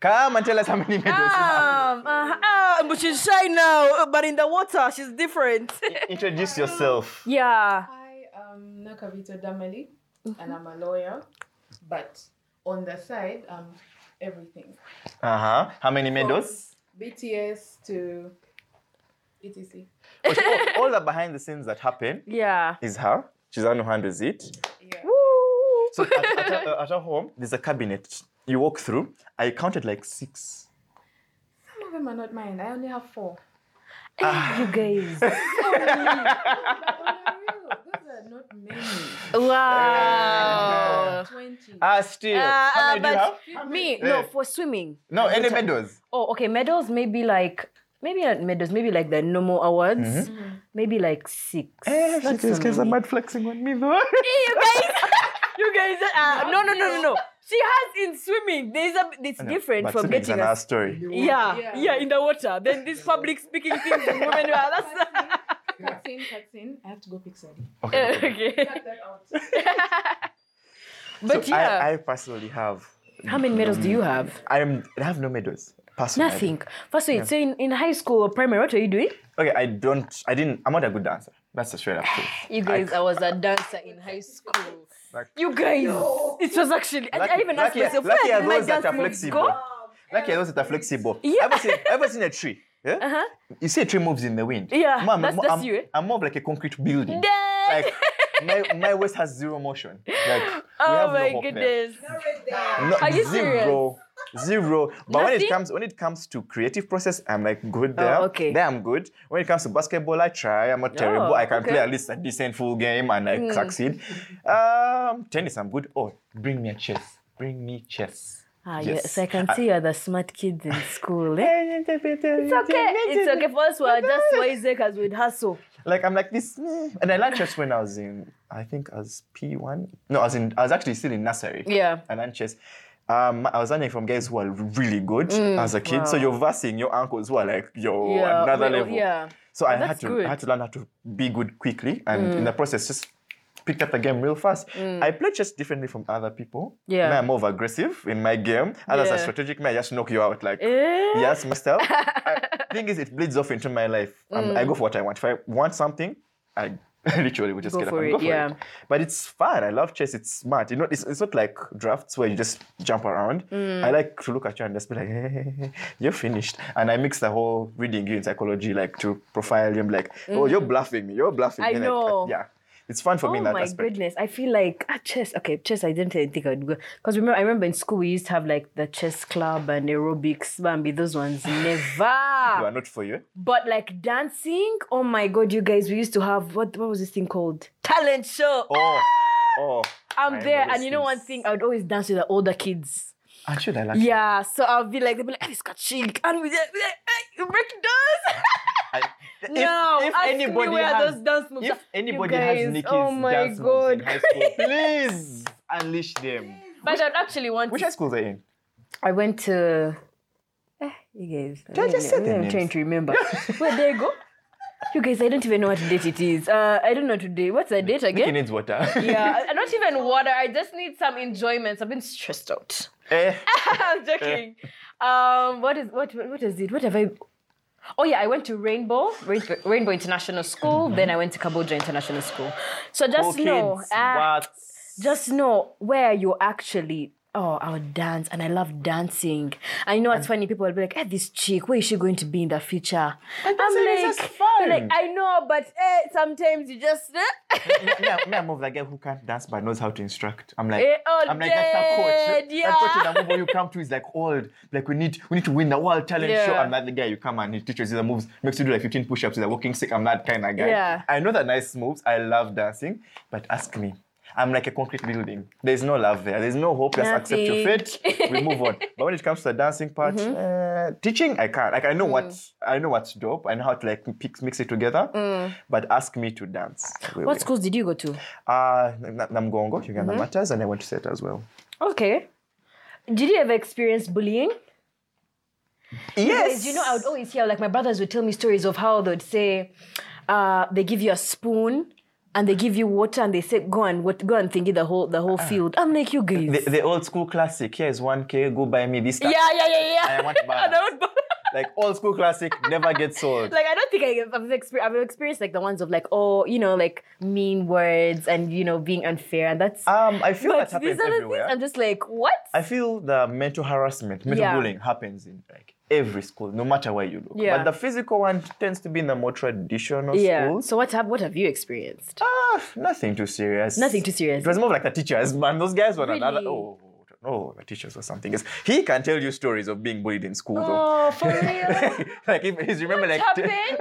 Speaker 3: Come and tell us how many medals you have.
Speaker 2: Um, uh, uh, but she's shy now, uh, but in the water, she's different.
Speaker 3: Introduce yourself.
Speaker 2: yeah.
Speaker 5: Hi, I'm Nakavito Damali, and I'm a lawyer, but on the side, I'm everything.
Speaker 3: Uh-huh. Uh huh. How many medals?
Speaker 5: BTS to etc.
Speaker 2: Oh.
Speaker 3: But Oh, all, all the behind the scenes that happen
Speaker 2: Yeah.
Speaker 3: is her. She's the one who handles it.
Speaker 5: Yeah.
Speaker 2: Woo!
Speaker 3: So at, at, her- at her home, there's a cabinet you walk through. I counted like six.
Speaker 5: Some of them are not mine. I only have four.
Speaker 3: Ah.
Speaker 2: you guys.
Speaker 5: On the real, Those are not many.
Speaker 2: Wow.
Speaker 5: 20.
Speaker 3: Ah, still.
Speaker 2: Uh,
Speaker 3: How
Speaker 2: uh,
Speaker 3: many do you have?
Speaker 2: but me, no,
Speaker 3: Yeah.
Speaker 2: for swimming.
Speaker 3: No, any medals.
Speaker 2: Oh, okay. Medals, maybe like, maybe not medals, maybe like the normal awards. Maybe like six.
Speaker 3: Mm-hmm. Eh,
Speaker 2: Not so many.
Speaker 3: mad flexing on me though.
Speaker 2: you guys, you guys, uh, no, no, no, no, no. She has in swimming. There's a, it's different
Speaker 3: But
Speaker 2: from
Speaker 3: swimming is
Speaker 2: getting
Speaker 3: another
Speaker 2: us.
Speaker 3: story.
Speaker 2: Yeah, yeah,
Speaker 5: Yeah.
Speaker 2: in the water. Then this public speaking thing, with women. yeah, That's
Speaker 5: Cuts in, cuts in. I have to go pick Sally.
Speaker 3: Okay.
Speaker 2: okay.
Speaker 5: Cut that out.
Speaker 2: But
Speaker 3: so
Speaker 2: yeah,
Speaker 3: I, I personally have.
Speaker 2: how many medals do you have?
Speaker 3: I'm. I have no medals. Personally.
Speaker 2: Nothing. First, wait. So in, in high school or primary, what were you doing?
Speaker 3: Okay, I don't. I didn't. I'm not a good dancer. That's the straight up truth.
Speaker 2: You guys, I, was a dancer in high school.
Speaker 3: Like-
Speaker 2: you guys, it was actually. I- I,
Speaker 3: Lucky-
Speaker 2: even asked
Speaker 3: lucky-
Speaker 2: myself,
Speaker 3: lucky
Speaker 2: where
Speaker 3: are
Speaker 2: did my
Speaker 3: those that
Speaker 2: dance
Speaker 3: are
Speaker 2: moves
Speaker 3: flexible.
Speaker 2: go?
Speaker 3: Like yeah, those that are flexible.
Speaker 2: Yeah.
Speaker 3: Ever seen, ever seen a tree? Yeah?
Speaker 2: Uh-huh.
Speaker 3: You see a tree moves in the wind.
Speaker 2: Yeah,
Speaker 3: Mom,
Speaker 2: that's-
Speaker 3: I'm,
Speaker 2: that's
Speaker 3: I'm,
Speaker 2: you, eh?
Speaker 3: I'm more of like a concrete building.
Speaker 2: Dang!
Speaker 3: Like my, my waist has zero motion. Like we
Speaker 2: oh
Speaker 3: have no
Speaker 2: my
Speaker 3: hope there.
Speaker 2: goodness.
Speaker 1: Right there.
Speaker 3: No,
Speaker 2: Are you
Speaker 3: zero. Zero. But when it
Speaker 2: Nothing? Oh,
Speaker 3: comes when it comes to creative process, I'm like good there.
Speaker 2: okay. Oh,
Speaker 3: There I'm good. When it comes to basketball, I try. I'm not terrible. I can
Speaker 2: okay. Mm.
Speaker 3: play at least a decent full game and I succeed. Um, tennis, I'm good. Oh, bring me a chess. Bring me chess.
Speaker 2: Ah,
Speaker 3: Yes.
Speaker 2: yes. I can
Speaker 3: I-
Speaker 2: see you're the smart kids in school. eh?
Speaker 3: It's
Speaker 2: It's okay. It's okay for us. We're just wise because we'd hustle.
Speaker 3: Like I'm like this, eh. and I learned chess when I was in, I think, as P1. No, I was in, I was actually still in nursery.
Speaker 2: Yeah.
Speaker 3: I learned chess. Um, I was learning from guys who are really good as a kid. So you're versing your uncles who are like yo
Speaker 2: Mm, Yeah,
Speaker 3: Oh, another
Speaker 2: well,
Speaker 3: level.
Speaker 2: yeah.
Speaker 3: So I had
Speaker 2: that's
Speaker 3: to,
Speaker 2: good. Mm.
Speaker 3: I had to learn how to be good quickly, and in the process, just picked up the game real fast. I play chess differently from other people.
Speaker 2: Yeah.
Speaker 3: Me, I'm more of aggressive in my game. Others are
Speaker 2: Yeah.
Speaker 3: strategic. Me, I just knock you out like
Speaker 2: Eh?
Speaker 3: yes myself I, thing is it bleeds off into my life um, i
Speaker 2: Mm.
Speaker 3: go for what i want if i want something i literally would just
Speaker 2: Go
Speaker 3: get up
Speaker 2: for
Speaker 3: and
Speaker 2: it,
Speaker 3: go for
Speaker 2: yeah.
Speaker 3: it but it's fun i love chess it's smart you know it's, it's not like drafts where you just jump around
Speaker 2: Mm.
Speaker 3: i like to look at you and just be like hey, hey, hey, you're finished and i mix the whole reading you in psychology like to profile you and be like oh you're bluffing me you're bluffing
Speaker 2: Mm. I
Speaker 3: me like, uh,
Speaker 2: know.
Speaker 3: yeah it's fun for me
Speaker 2: Oh
Speaker 3: in that
Speaker 2: my
Speaker 3: aspect
Speaker 2: goodness! I feel like ah, chess. Okay, chess. I didn't think I'd go because remember I remember in school we used to have like the chess club and aerobics, Bambi. Those ones
Speaker 3: you
Speaker 2: never.
Speaker 3: are not for you
Speaker 2: but like dancing. Oh my god, you guys! We used to have what? What was this thing called? Talent show.
Speaker 3: oh oh
Speaker 2: I'm
Speaker 3: I
Speaker 2: there,
Speaker 3: know
Speaker 2: and you know one
Speaker 3: those
Speaker 2: thing. I would always dance with the older kids.
Speaker 3: actually i like
Speaker 2: Yeah, so I'll be like, they'll be like, it's got chic, and we like, you break dance.
Speaker 3: I- if,
Speaker 2: no,
Speaker 3: if
Speaker 2: ask
Speaker 3: anybody
Speaker 2: me where
Speaker 3: has
Speaker 2: those dance moves. are.
Speaker 3: If
Speaker 2: You
Speaker 3: anybody
Speaker 2: guys,
Speaker 3: has Nikki's
Speaker 2: oh my
Speaker 3: dance moves
Speaker 2: god.
Speaker 3: in high school, please unleash them.
Speaker 2: But I'd actually want.
Speaker 3: Which
Speaker 2: to-
Speaker 3: high schools are you in?
Speaker 2: I went to. Eh, you guys. I
Speaker 3: I just
Speaker 2: don't
Speaker 3: say
Speaker 2: know.
Speaker 3: their
Speaker 2: I'm
Speaker 3: names?
Speaker 2: trying to remember. Where they go? You guys, I don't even know what date it is. Uh, I don't know today. What's the date
Speaker 3: Nikki
Speaker 2: again?
Speaker 3: needs water.
Speaker 2: Yeah, I- not even water. I just need some enjoyment. I've been stressed out.
Speaker 3: Eh,
Speaker 2: I'm joking. Um, what is what? What is it? What have I? Oh yeah, I went to Rainbow Rainbow, Rainbow International School. Then I went to Kaboja International School. So
Speaker 3: poor
Speaker 2: just know,
Speaker 3: kids,
Speaker 2: ah,
Speaker 3: what?
Speaker 2: just know where you're actually. Oh, I would dance, and I love dancing. I know it's funny. People will be like, "Hey, this chick, where is she going to be in the future?" I'm
Speaker 3: dancing is just fun.
Speaker 2: like, I know, but eh, sometimes you just. eh."
Speaker 3: Me- me, I'm- me, I'm of the guy who can't dance but knows how to instruct. I'm like,
Speaker 2: Eh, all
Speaker 3: I'm like that's a coach.
Speaker 2: dead,
Speaker 3: That coach
Speaker 2: yeah.
Speaker 3: in the movie you come to is like old. Like we need, we need to win the world talent show.
Speaker 2: Yeah.
Speaker 3: I'm not the guy you come and he teaches you the moves, makes you do like 15 push-ups. He's a walking sick. I'm that kind of guy.
Speaker 2: Yeah.
Speaker 3: I know the nice moves. I love dancing, but ask me. I'm like a concrete building. There's no love there. There's no hope. Just accept your fate. We move on. But when it comes to the dancing part,
Speaker 2: Mm-hmm.
Speaker 3: uh, teaching, I can't. Like I
Speaker 2: Mm.
Speaker 3: know what I know what's dope. I know how to like mix, mix it together.
Speaker 2: Mm.
Speaker 3: But ask me to dance. Wait,
Speaker 2: what
Speaker 3: wait.
Speaker 2: schools did you go to?
Speaker 3: Uh, Na- Namgongo, Uganda
Speaker 2: Mm-hmm.
Speaker 3: Matters, and I went to set as well.
Speaker 2: Okay. Did you ever experience bullying? Because,
Speaker 3: Yes,
Speaker 2: you know, I would always hear like my brothers would tell me stories of how they'd say, uh, they give you a spoon and they give you water and they say go and what go and thingy the whole the whole
Speaker 3: Uh-huh.
Speaker 2: field. I'm like you guys.
Speaker 3: the, the old school classic. Here's one k. Go buy me this. that.
Speaker 2: yeah, yeah, yeah, yeah.
Speaker 3: I want bananas.
Speaker 2: And I would-
Speaker 3: like old school classic, never gets old.
Speaker 2: Like I don't think I, I've, exper- I've experienced like the ones of like oh you know like mean words and you know being unfair and that's
Speaker 3: Um, I feel that
Speaker 2: but these
Speaker 3: happens
Speaker 2: are the
Speaker 3: everywhere.
Speaker 2: things I'm just like what
Speaker 3: I feel the mental harassment, mental
Speaker 2: Yeah.
Speaker 3: bullying happens in like every school, no matter where you look.
Speaker 2: Yeah.
Speaker 3: But the physical one tends to be in the more traditional
Speaker 2: yeah
Speaker 3: schools.
Speaker 2: so what have what have you experienced
Speaker 3: Ah, nothing too serious.
Speaker 2: Nothing too serious.
Speaker 3: It was more of like the teachers, man. Those guys were another.
Speaker 2: Really?
Speaker 3: Oh, oh, the teachers or something else. He can tell you stories of being bullied in school,
Speaker 2: oh for real
Speaker 3: though. like, if he's remember, like. t-
Speaker 2: happened?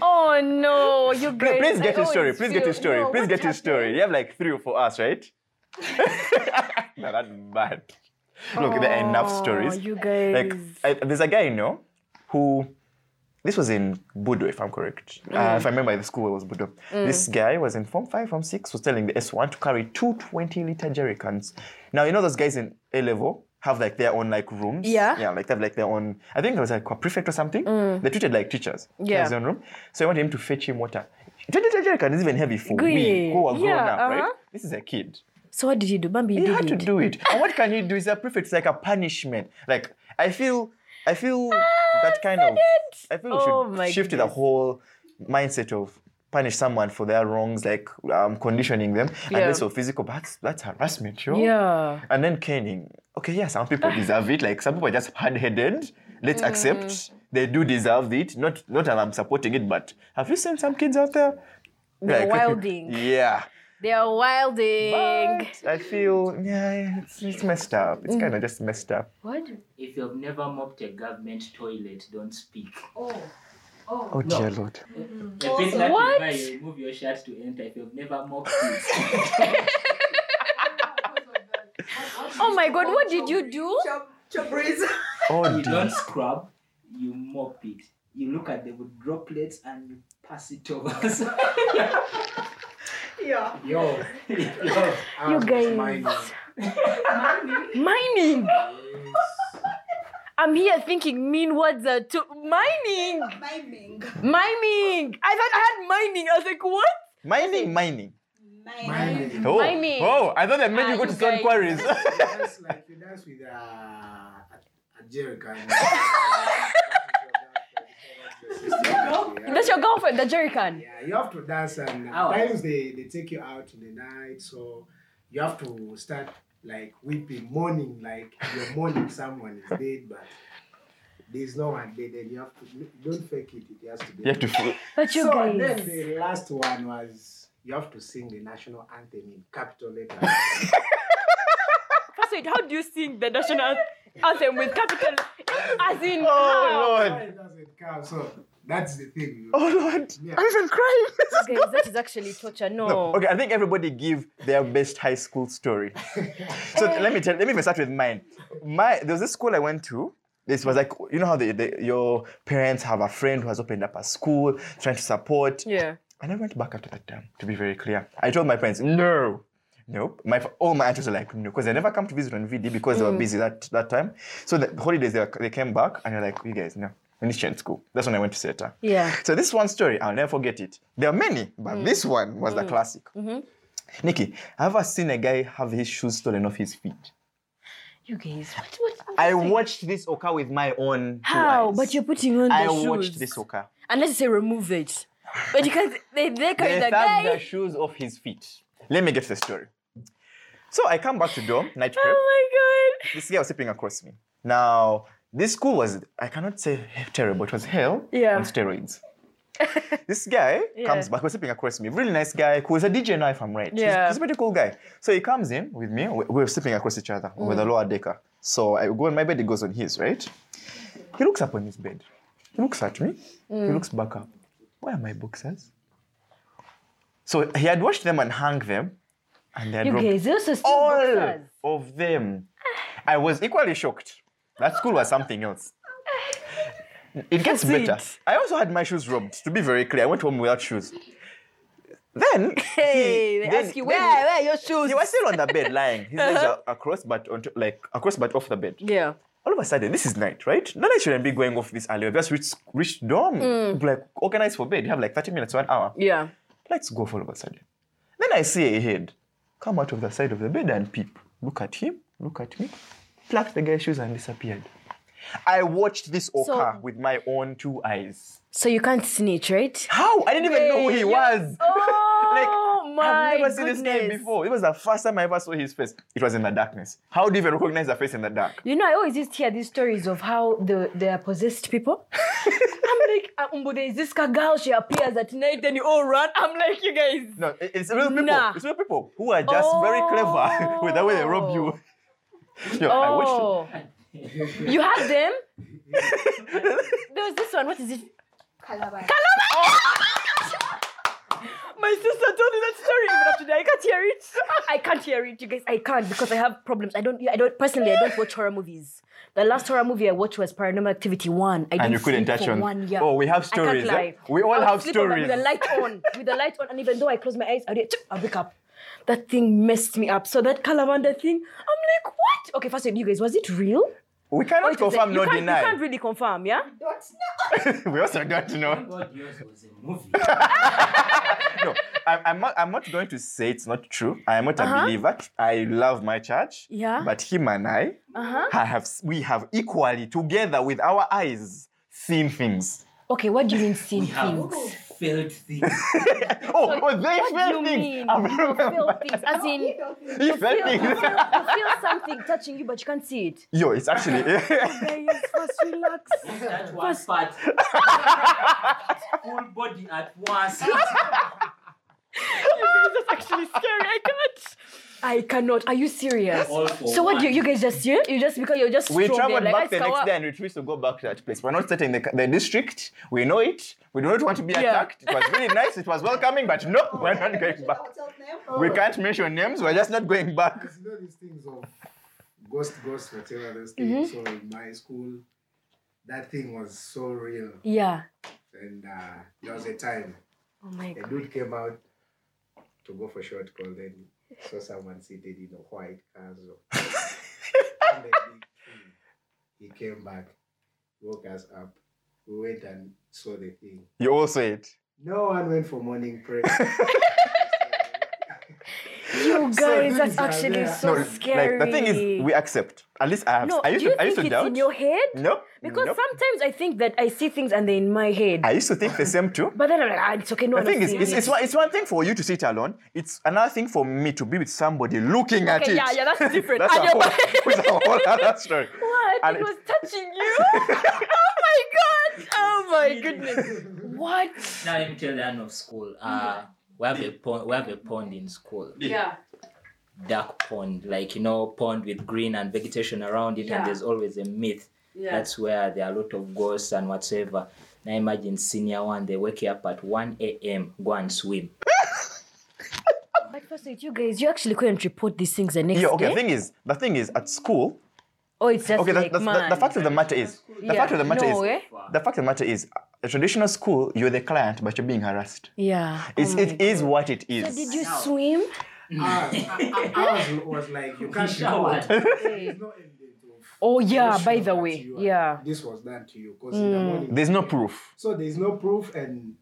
Speaker 2: oh no you
Speaker 3: Please,
Speaker 2: guys
Speaker 3: please
Speaker 2: I
Speaker 3: get his story.
Speaker 2: always
Speaker 3: Please get his
Speaker 2: feel-
Speaker 3: story.
Speaker 2: No,
Speaker 3: please
Speaker 2: what
Speaker 3: get his story.
Speaker 2: happened?
Speaker 3: You have like three or four hours, right? no, that's bad. Look, there are enough stories.
Speaker 2: Oh, you guys
Speaker 3: like I, there's a guy you know who this was in Budo, if I'm correct.
Speaker 2: Mm.
Speaker 3: Uh, if I remember, the school was Budo. This guy was in form five, form six, was telling the S1 to carry two 20 liter jerry cans. Now, you know, those guys in A level have like their own like rooms.
Speaker 2: Yeah. Mm.
Speaker 3: Yeah, like they have like their own, I think it was like a prefect or something. They treated like teachers. He
Speaker 2: Yeah.
Speaker 3: has his own room. So I wanted him to fetch him water. 20 liter jerry can is even heavy for
Speaker 2: Gee.
Speaker 3: me who are grown
Speaker 2: Yeah,
Speaker 3: up, right?
Speaker 2: uh-huh.
Speaker 3: This is a kid.
Speaker 2: so what did you do Bambi you
Speaker 3: He
Speaker 2: did
Speaker 3: had to
Speaker 2: it
Speaker 3: do it. And what can he do? He's a prefect. It's like a punishment. Like I feel, I feel that kind of. I feel
Speaker 2: Ah, Oh
Speaker 3: we
Speaker 2: my
Speaker 3: should shift to the whole mindset of punish someone for their wrongs, like um, conditioning them, and
Speaker 2: Yeah.
Speaker 3: also physical. But that's, that's harassment, yo.
Speaker 2: yeah
Speaker 3: And then caning. Okay, yeah, some people deserve it. Like some people are just hard-headed. Let's
Speaker 2: Mm.
Speaker 3: accept they do deserve it. Not not that I'm supporting it, but have you seen some kids out there?
Speaker 2: They're wilding.
Speaker 3: yeah.
Speaker 2: they are wilding
Speaker 3: But I feel yeah, it's, it's messed up. It's kind of just messed up.
Speaker 2: what
Speaker 6: If you've never mopped a government toilet, don't speak.
Speaker 5: Oh. Oh.
Speaker 3: Oh
Speaker 6: No.
Speaker 3: dear lord.
Speaker 6: The place that
Speaker 2: What?
Speaker 6: you buy, you remove your shirt to enter. If you've never mopped it,
Speaker 2: oh my god what did you do
Speaker 1: Chop, chop breeze.
Speaker 3: Oh
Speaker 6: you
Speaker 3: dear.
Speaker 6: don't scrub, you mop it. You look at the droplets and you pass it over.
Speaker 1: yeah.
Speaker 4: Yo,
Speaker 6: Yo,
Speaker 2: You guys. mining I'm here thinking mean words are too mining,
Speaker 1: Miming.
Speaker 2: miming. I thought I had mining. I was like, what?
Speaker 3: Mining, mining.
Speaker 1: Miming.
Speaker 3: Oh,
Speaker 2: Mining.
Speaker 3: oh! I thought they meant
Speaker 2: Ah,
Speaker 3: you go
Speaker 2: you
Speaker 3: to stone
Speaker 2: guys.
Speaker 3: quarries.
Speaker 4: dance like you dance with uh, a, a jerry can. Yeah.
Speaker 2: That's your girlfriend, the jerry can.
Speaker 4: Yeah, you have to dance, and
Speaker 6: Ow.
Speaker 4: times they, they take you out in the night, so you have to start like weeping, mourning, like you're mourning someone is dead, but there's no one dead, and you have to don't fake it, it has to be.
Speaker 3: you have to. Feel,
Speaker 2: But you
Speaker 4: so
Speaker 2: guys.
Speaker 4: then the last one was you have to sing the national anthem in capital letters.
Speaker 2: First, wait, how do you sing the national anthem with capital? E As in, how?
Speaker 3: oh lord!
Speaker 4: Why doesn't count? So that's the thing.
Speaker 3: Oh lord!
Speaker 4: Yeah.
Speaker 3: I'm even crying.
Speaker 2: Guys, that is actually torture. No.
Speaker 3: No, okay, I think everybody give their best high school story. so let me tell. Let me even start with mine. My there was this school I went to. This was like you know how they, they, your parents have a friend who has opened up a school trying to support.
Speaker 2: Yeah.
Speaker 3: And I went back after that time, to be very clear. I told my friends, no. Nope. My all my aunts were like, no, because they never come to visit on VD because
Speaker 2: Mm.
Speaker 3: they were busy that, that time. So the holidays they, were, they came back and they're like, you guys, no. We need to change school. That's when I went to Seta.
Speaker 2: Yeah.
Speaker 3: So this one story, I'll never forget it. There are many, but
Speaker 2: Mm.
Speaker 3: this one was the classic.
Speaker 2: Mm-hmm.
Speaker 3: Nikki, have you seen a guy have his shoes stolen off his feet?
Speaker 2: You guys, what? what
Speaker 3: I watched this occur with my own two
Speaker 2: how?
Speaker 3: eyes.
Speaker 2: But you're putting on the
Speaker 3: I
Speaker 2: shoes.
Speaker 3: watched this occur.
Speaker 2: Unless you say remove it. But you can't. They, they carry
Speaker 3: they
Speaker 2: the
Speaker 3: stabbed
Speaker 2: guy.
Speaker 3: the shoes off his feet. Let me get to the story. So I come back to dorm, night prep.
Speaker 2: oh my
Speaker 3: This guy was sleeping across me. Now, this school was, I cannot say terrible, it was hell
Speaker 2: Yeah.
Speaker 3: on steroids. this guy
Speaker 2: Yeah.
Speaker 3: comes back, was sleeping across me. Really nice guy, who was a DJ now, if I'm right. He's-
Speaker 2: Yeah.
Speaker 3: He's, a pretty cool guy. So he comes in with me, we, we were sleeping across each other, with a
Speaker 2: Mm.
Speaker 3: lower decker. So I go on my bed, he goes on his, right? He looks up on his bed. He looks at me,
Speaker 2: Mm.
Speaker 3: he looks back up. Where are my boxers? So he had washed them and hung them, and they had
Speaker 2: god. You
Speaker 3: dropped
Speaker 2: guys, those are still
Speaker 3: all
Speaker 2: boxers. Hmm.
Speaker 3: of them. I was equally shocked. That school was something else. It gets
Speaker 2: Proceed.
Speaker 3: better. I also had my shoes robbed, to be very clear. I went home without shoes. Then,
Speaker 2: Hey,
Speaker 3: he,
Speaker 2: they
Speaker 3: then-
Speaker 2: ask you
Speaker 3: then
Speaker 2: where, where are your shoes?
Speaker 3: He was still on the bed lying. His legs are across, but on to- like across, but off the bed.
Speaker 2: yeah.
Speaker 3: All of a sudden, this is night, right? No, I shouldn't be going off this early. I've just reached, reached dorm.
Speaker 2: Mm.
Speaker 3: Like organized for bed. You have like 30 minutes, one hour.
Speaker 2: Yeah.
Speaker 3: Let's go for all of a sudden. Then I see a head come out of the side of the bed and peep. Look at him, look at me, plucked the guy's shoes and disappeared. I watched this occur
Speaker 2: So-
Speaker 3: with my own two eyes.
Speaker 2: So you can't snitch, right?
Speaker 3: How? I didn't even know who he
Speaker 2: Wait,
Speaker 3: was.
Speaker 2: Oh my
Speaker 3: I've never seen
Speaker 2: goodness.
Speaker 3: this name before. It was the first time I ever saw his face. It was in the darkness. How do you even recognize a face in the dark?
Speaker 2: You know, I always just hear these stories of how the they are possessed people. I'm like, "Ah, Umbu, there is this girl, she appears at night, then you all run. I'm like, you guys.
Speaker 3: No, it- it's real people.
Speaker 2: Nah.
Speaker 3: It's real people who are just very clever with the way they rob you. Yo, I watched
Speaker 2: Oh, you had them. there was this one. What is it?
Speaker 1: Calabar.
Speaker 2: Oh. My sister told me that story even after that. I can't hear it. I can't hear it, you guys. I can't because I have problems. I don't. I don't personally. I don't watch horror movies. The last horror movie I watched was Paranormal Activity One. I
Speaker 3: and you
Speaker 2: didn't
Speaker 3: couldn't
Speaker 2: sleep
Speaker 3: touch
Speaker 2: for
Speaker 3: on.
Speaker 2: one year.
Speaker 3: Oh, we have
Speaker 2: I can't
Speaker 3: stories. eh?
Speaker 2: lie.
Speaker 3: We all
Speaker 2: I'll
Speaker 3: have
Speaker 2: sleep on that
Speaker 3: stories.
Speaker 2: With the light on, with the light on, and even though I close my eyes, I'll, do it, I'll wake up. That thing messed me up. So that Calamanda thing, I'm like, what? Okay, first of all, you guys, was it real?
Speaker 3: We
Speaker 2: Or
Speaker 3: cannot
Speaker 2: it was
Speaker 3: confirm
Speaker 2: like-
Speaker 3: nor
Speaker 2: you can't,
Speaker 3: deny.
Speaker 2: You can't really confirm, yeah?
Speaker 1: Don't
Speaker 3: we also don't know.
Speaker 6: Thank God yours was a movie.
Speaker 3: No, I, I'm, not, I'm not going to say it's not true. I am not a believer. I love my church.
Speaker 2: Uh-huh. Yeah.
Speaker 3: But him and I,
Speaker 2: Uh-huh.
Speaker 3: I have, s- we have equally, together with our eyes, seen things.
Speaker 2: Okay, what do you mean seen
Speaker 6: We have
Speaker 2: things?
Speaker 6: failed things.
Speaker 3: Oh, oh they
Speaker 2: What do
Speaker 3: felt
Speaker 2: you
Speaker 3: things.
Speaker 2: mean?
Speaker 3: I
Speaker 2: You feel
Speaker 3: remember.
Speaker 2: things. As in,
Speaker 1: know.
Speaker 2: you
Speaker 1: Don't
Speaker 3: He felt
Speaker 2: feel, you
Speaker 3: things.
Speaker 2: feel, you feel something touching you, but you can't see it.
Speaker 3: Yo, it's actually.
Speaker 2: Guys, first relax.
Speaker 6: That one
Speaker 2: First-
Speaker 6: part. Full body at once.
Speaker 2: That's actually scary. I can't. I cannot. Are you serious?
Speaker 6: All for
Speaker 2: So what do you,
Speaker 6: one.
Speaker 2: you guys just you, you just because you're just
Speaker 3: Oh, we
Speaker 2: strong
Speaker 3: traveled
Speaker 2: there,
Speaker 3: back
Speaker 2: like,
Speaker 3: the
Speaker 2: "Let's
Speaker 3: next
Speaker 2: go
Speaker 3: day
Speaker 2: out."
Speaker 3: and we refused to go back to that place. We're not starting the, the district. We know it. We do not want to be attacked. It was really nice. It was welcoming, but no, we're not
Speaker 1: mention
Speaker 3: going
Speaker 1: the
Speaker 3: back.
Speaker 1: hotel name.
Speaker 3: We can't mention names. We're just not going back.
Speaker 4: Because you know these things of ghost, ghost, whatever those things.
Speaker 2: Mm-hmm.
Speaker 4: So in my school, that thing was so real.
Speaker 2: Yeah.
Speaker 4: And uh, there was a time
Speaker 2: Oh my
Speaker 4: a
Speaker 2: god.
Speaker 4: dude came out to go for short call, then saw someone seated in a white castle. And the big thing. he came back, woke us up. We went and saw the thing.
Speaker 3: You all saw it.
Speaker 4: No one went for morning prayer.
Speaker 2: You guys, that's
Speaker 4: things are
Speaker 2: actually
Speaker 4: there.
Speaker 2: so scary.
Speaker 3: Like the thing is, we accept. At least I have.
Speaker 2: no,
Speaker 3: I used
Speaker 2: do you
Speaker 3: to. I used
Speaker 2: think
Speaker 3: to
Speaker 2: it's
Speaker 3: doubt.
Speaker 2: in your head?
Speaker 3: Nope.
Speaker 2: Because
Speaker 3: nope.
Speaker 2: sometimes I think that I see things and they're in my head.
Speaker 3: I used to think the same too.
Speaker 2: but then I'm like, ah, it's okay, no,
Speaker 3: The
Speaker 2: I'm not
Speaker 3: thing is,
Speaker 2: seeing
Speaker 3: it's,
Speaker 2: it.
Speaker 3: it's, one, it's one thing for you to sit alone. It's another thing for me to be with somebody looking at
Speaker 2: Okay,
Speaker 3: it.
Speaker 2: yeah, yeah, that's different.
Speaker 3: That's a
Speaker 2: And
Speaker 3: whole,
Speaker 2: you're-
Speaker 3: that's a whole other story.
Speaker 2: What?
Speaker 3: And
Speaker 2: it
Speaker 3: it-
Speaker 2: was touching you. oh my god. Oh my goodness. What?
Speaker 6: Now let me tell you the end of school. Uh, we have a pond. We have a pond in school.
Speaker 5: Yeah.
Speaker 6: Dark pond, like you know, pond with green and vegetation around it,
Speaker 5: Yeah.
Speaker 6: and there's always a myth.
Speaker 5: Yeah.
Speaker 6: That's where there are a lot of ghosts and whatsoever. Now imagine senior one, they wake you up at 1 a.m. Go and swim.
Speaker 2: But first, you guys, you actually couldn't report these things the next
Speaker 3: Yeah, okay. The
Speaker 2: day.
Speaker 3: thing is, the thing is, at school,
Speaker 2: Oh, it's just
Speaker 3: okay. The,
Speaker 2: like
Speaker 3: the, the,
Speaker 2: man.
Speaker 3: the fact of the matter is, the
Speaker 2: Yeah.
Speaker 3: fact of the matter
Speaker 2: No,
Speaker 3: is,
Speaker 2: eh?
Speaker 3: the fact of the matter is, a traditional school, you're the client, but you're being harassed.
Speaker 2: Yeah.
Speaker 3: It's,
Speaker 2: oh my
Speaker 3: it is what it is.
Speaker 2: So did you swim?
Speaker 4: Ah, I, I, I was, was like, you can't show
Speaker 6: Showered.
Speaker 4: it. There's no evidence of
Speaker 2: Oh yeah,
Speaker 4: this
Speaker 2: by
Speaker 4: was
Speaker 2: the
Speaker 4: done
Speaker 2: way.
Speaker 4: to you, and
Speaker 2: Yeah. Mm.
Speaker 4: This was done to you because in the morning.
Speaker 3: There's no proof.
Speaker 4: So there's no proof, and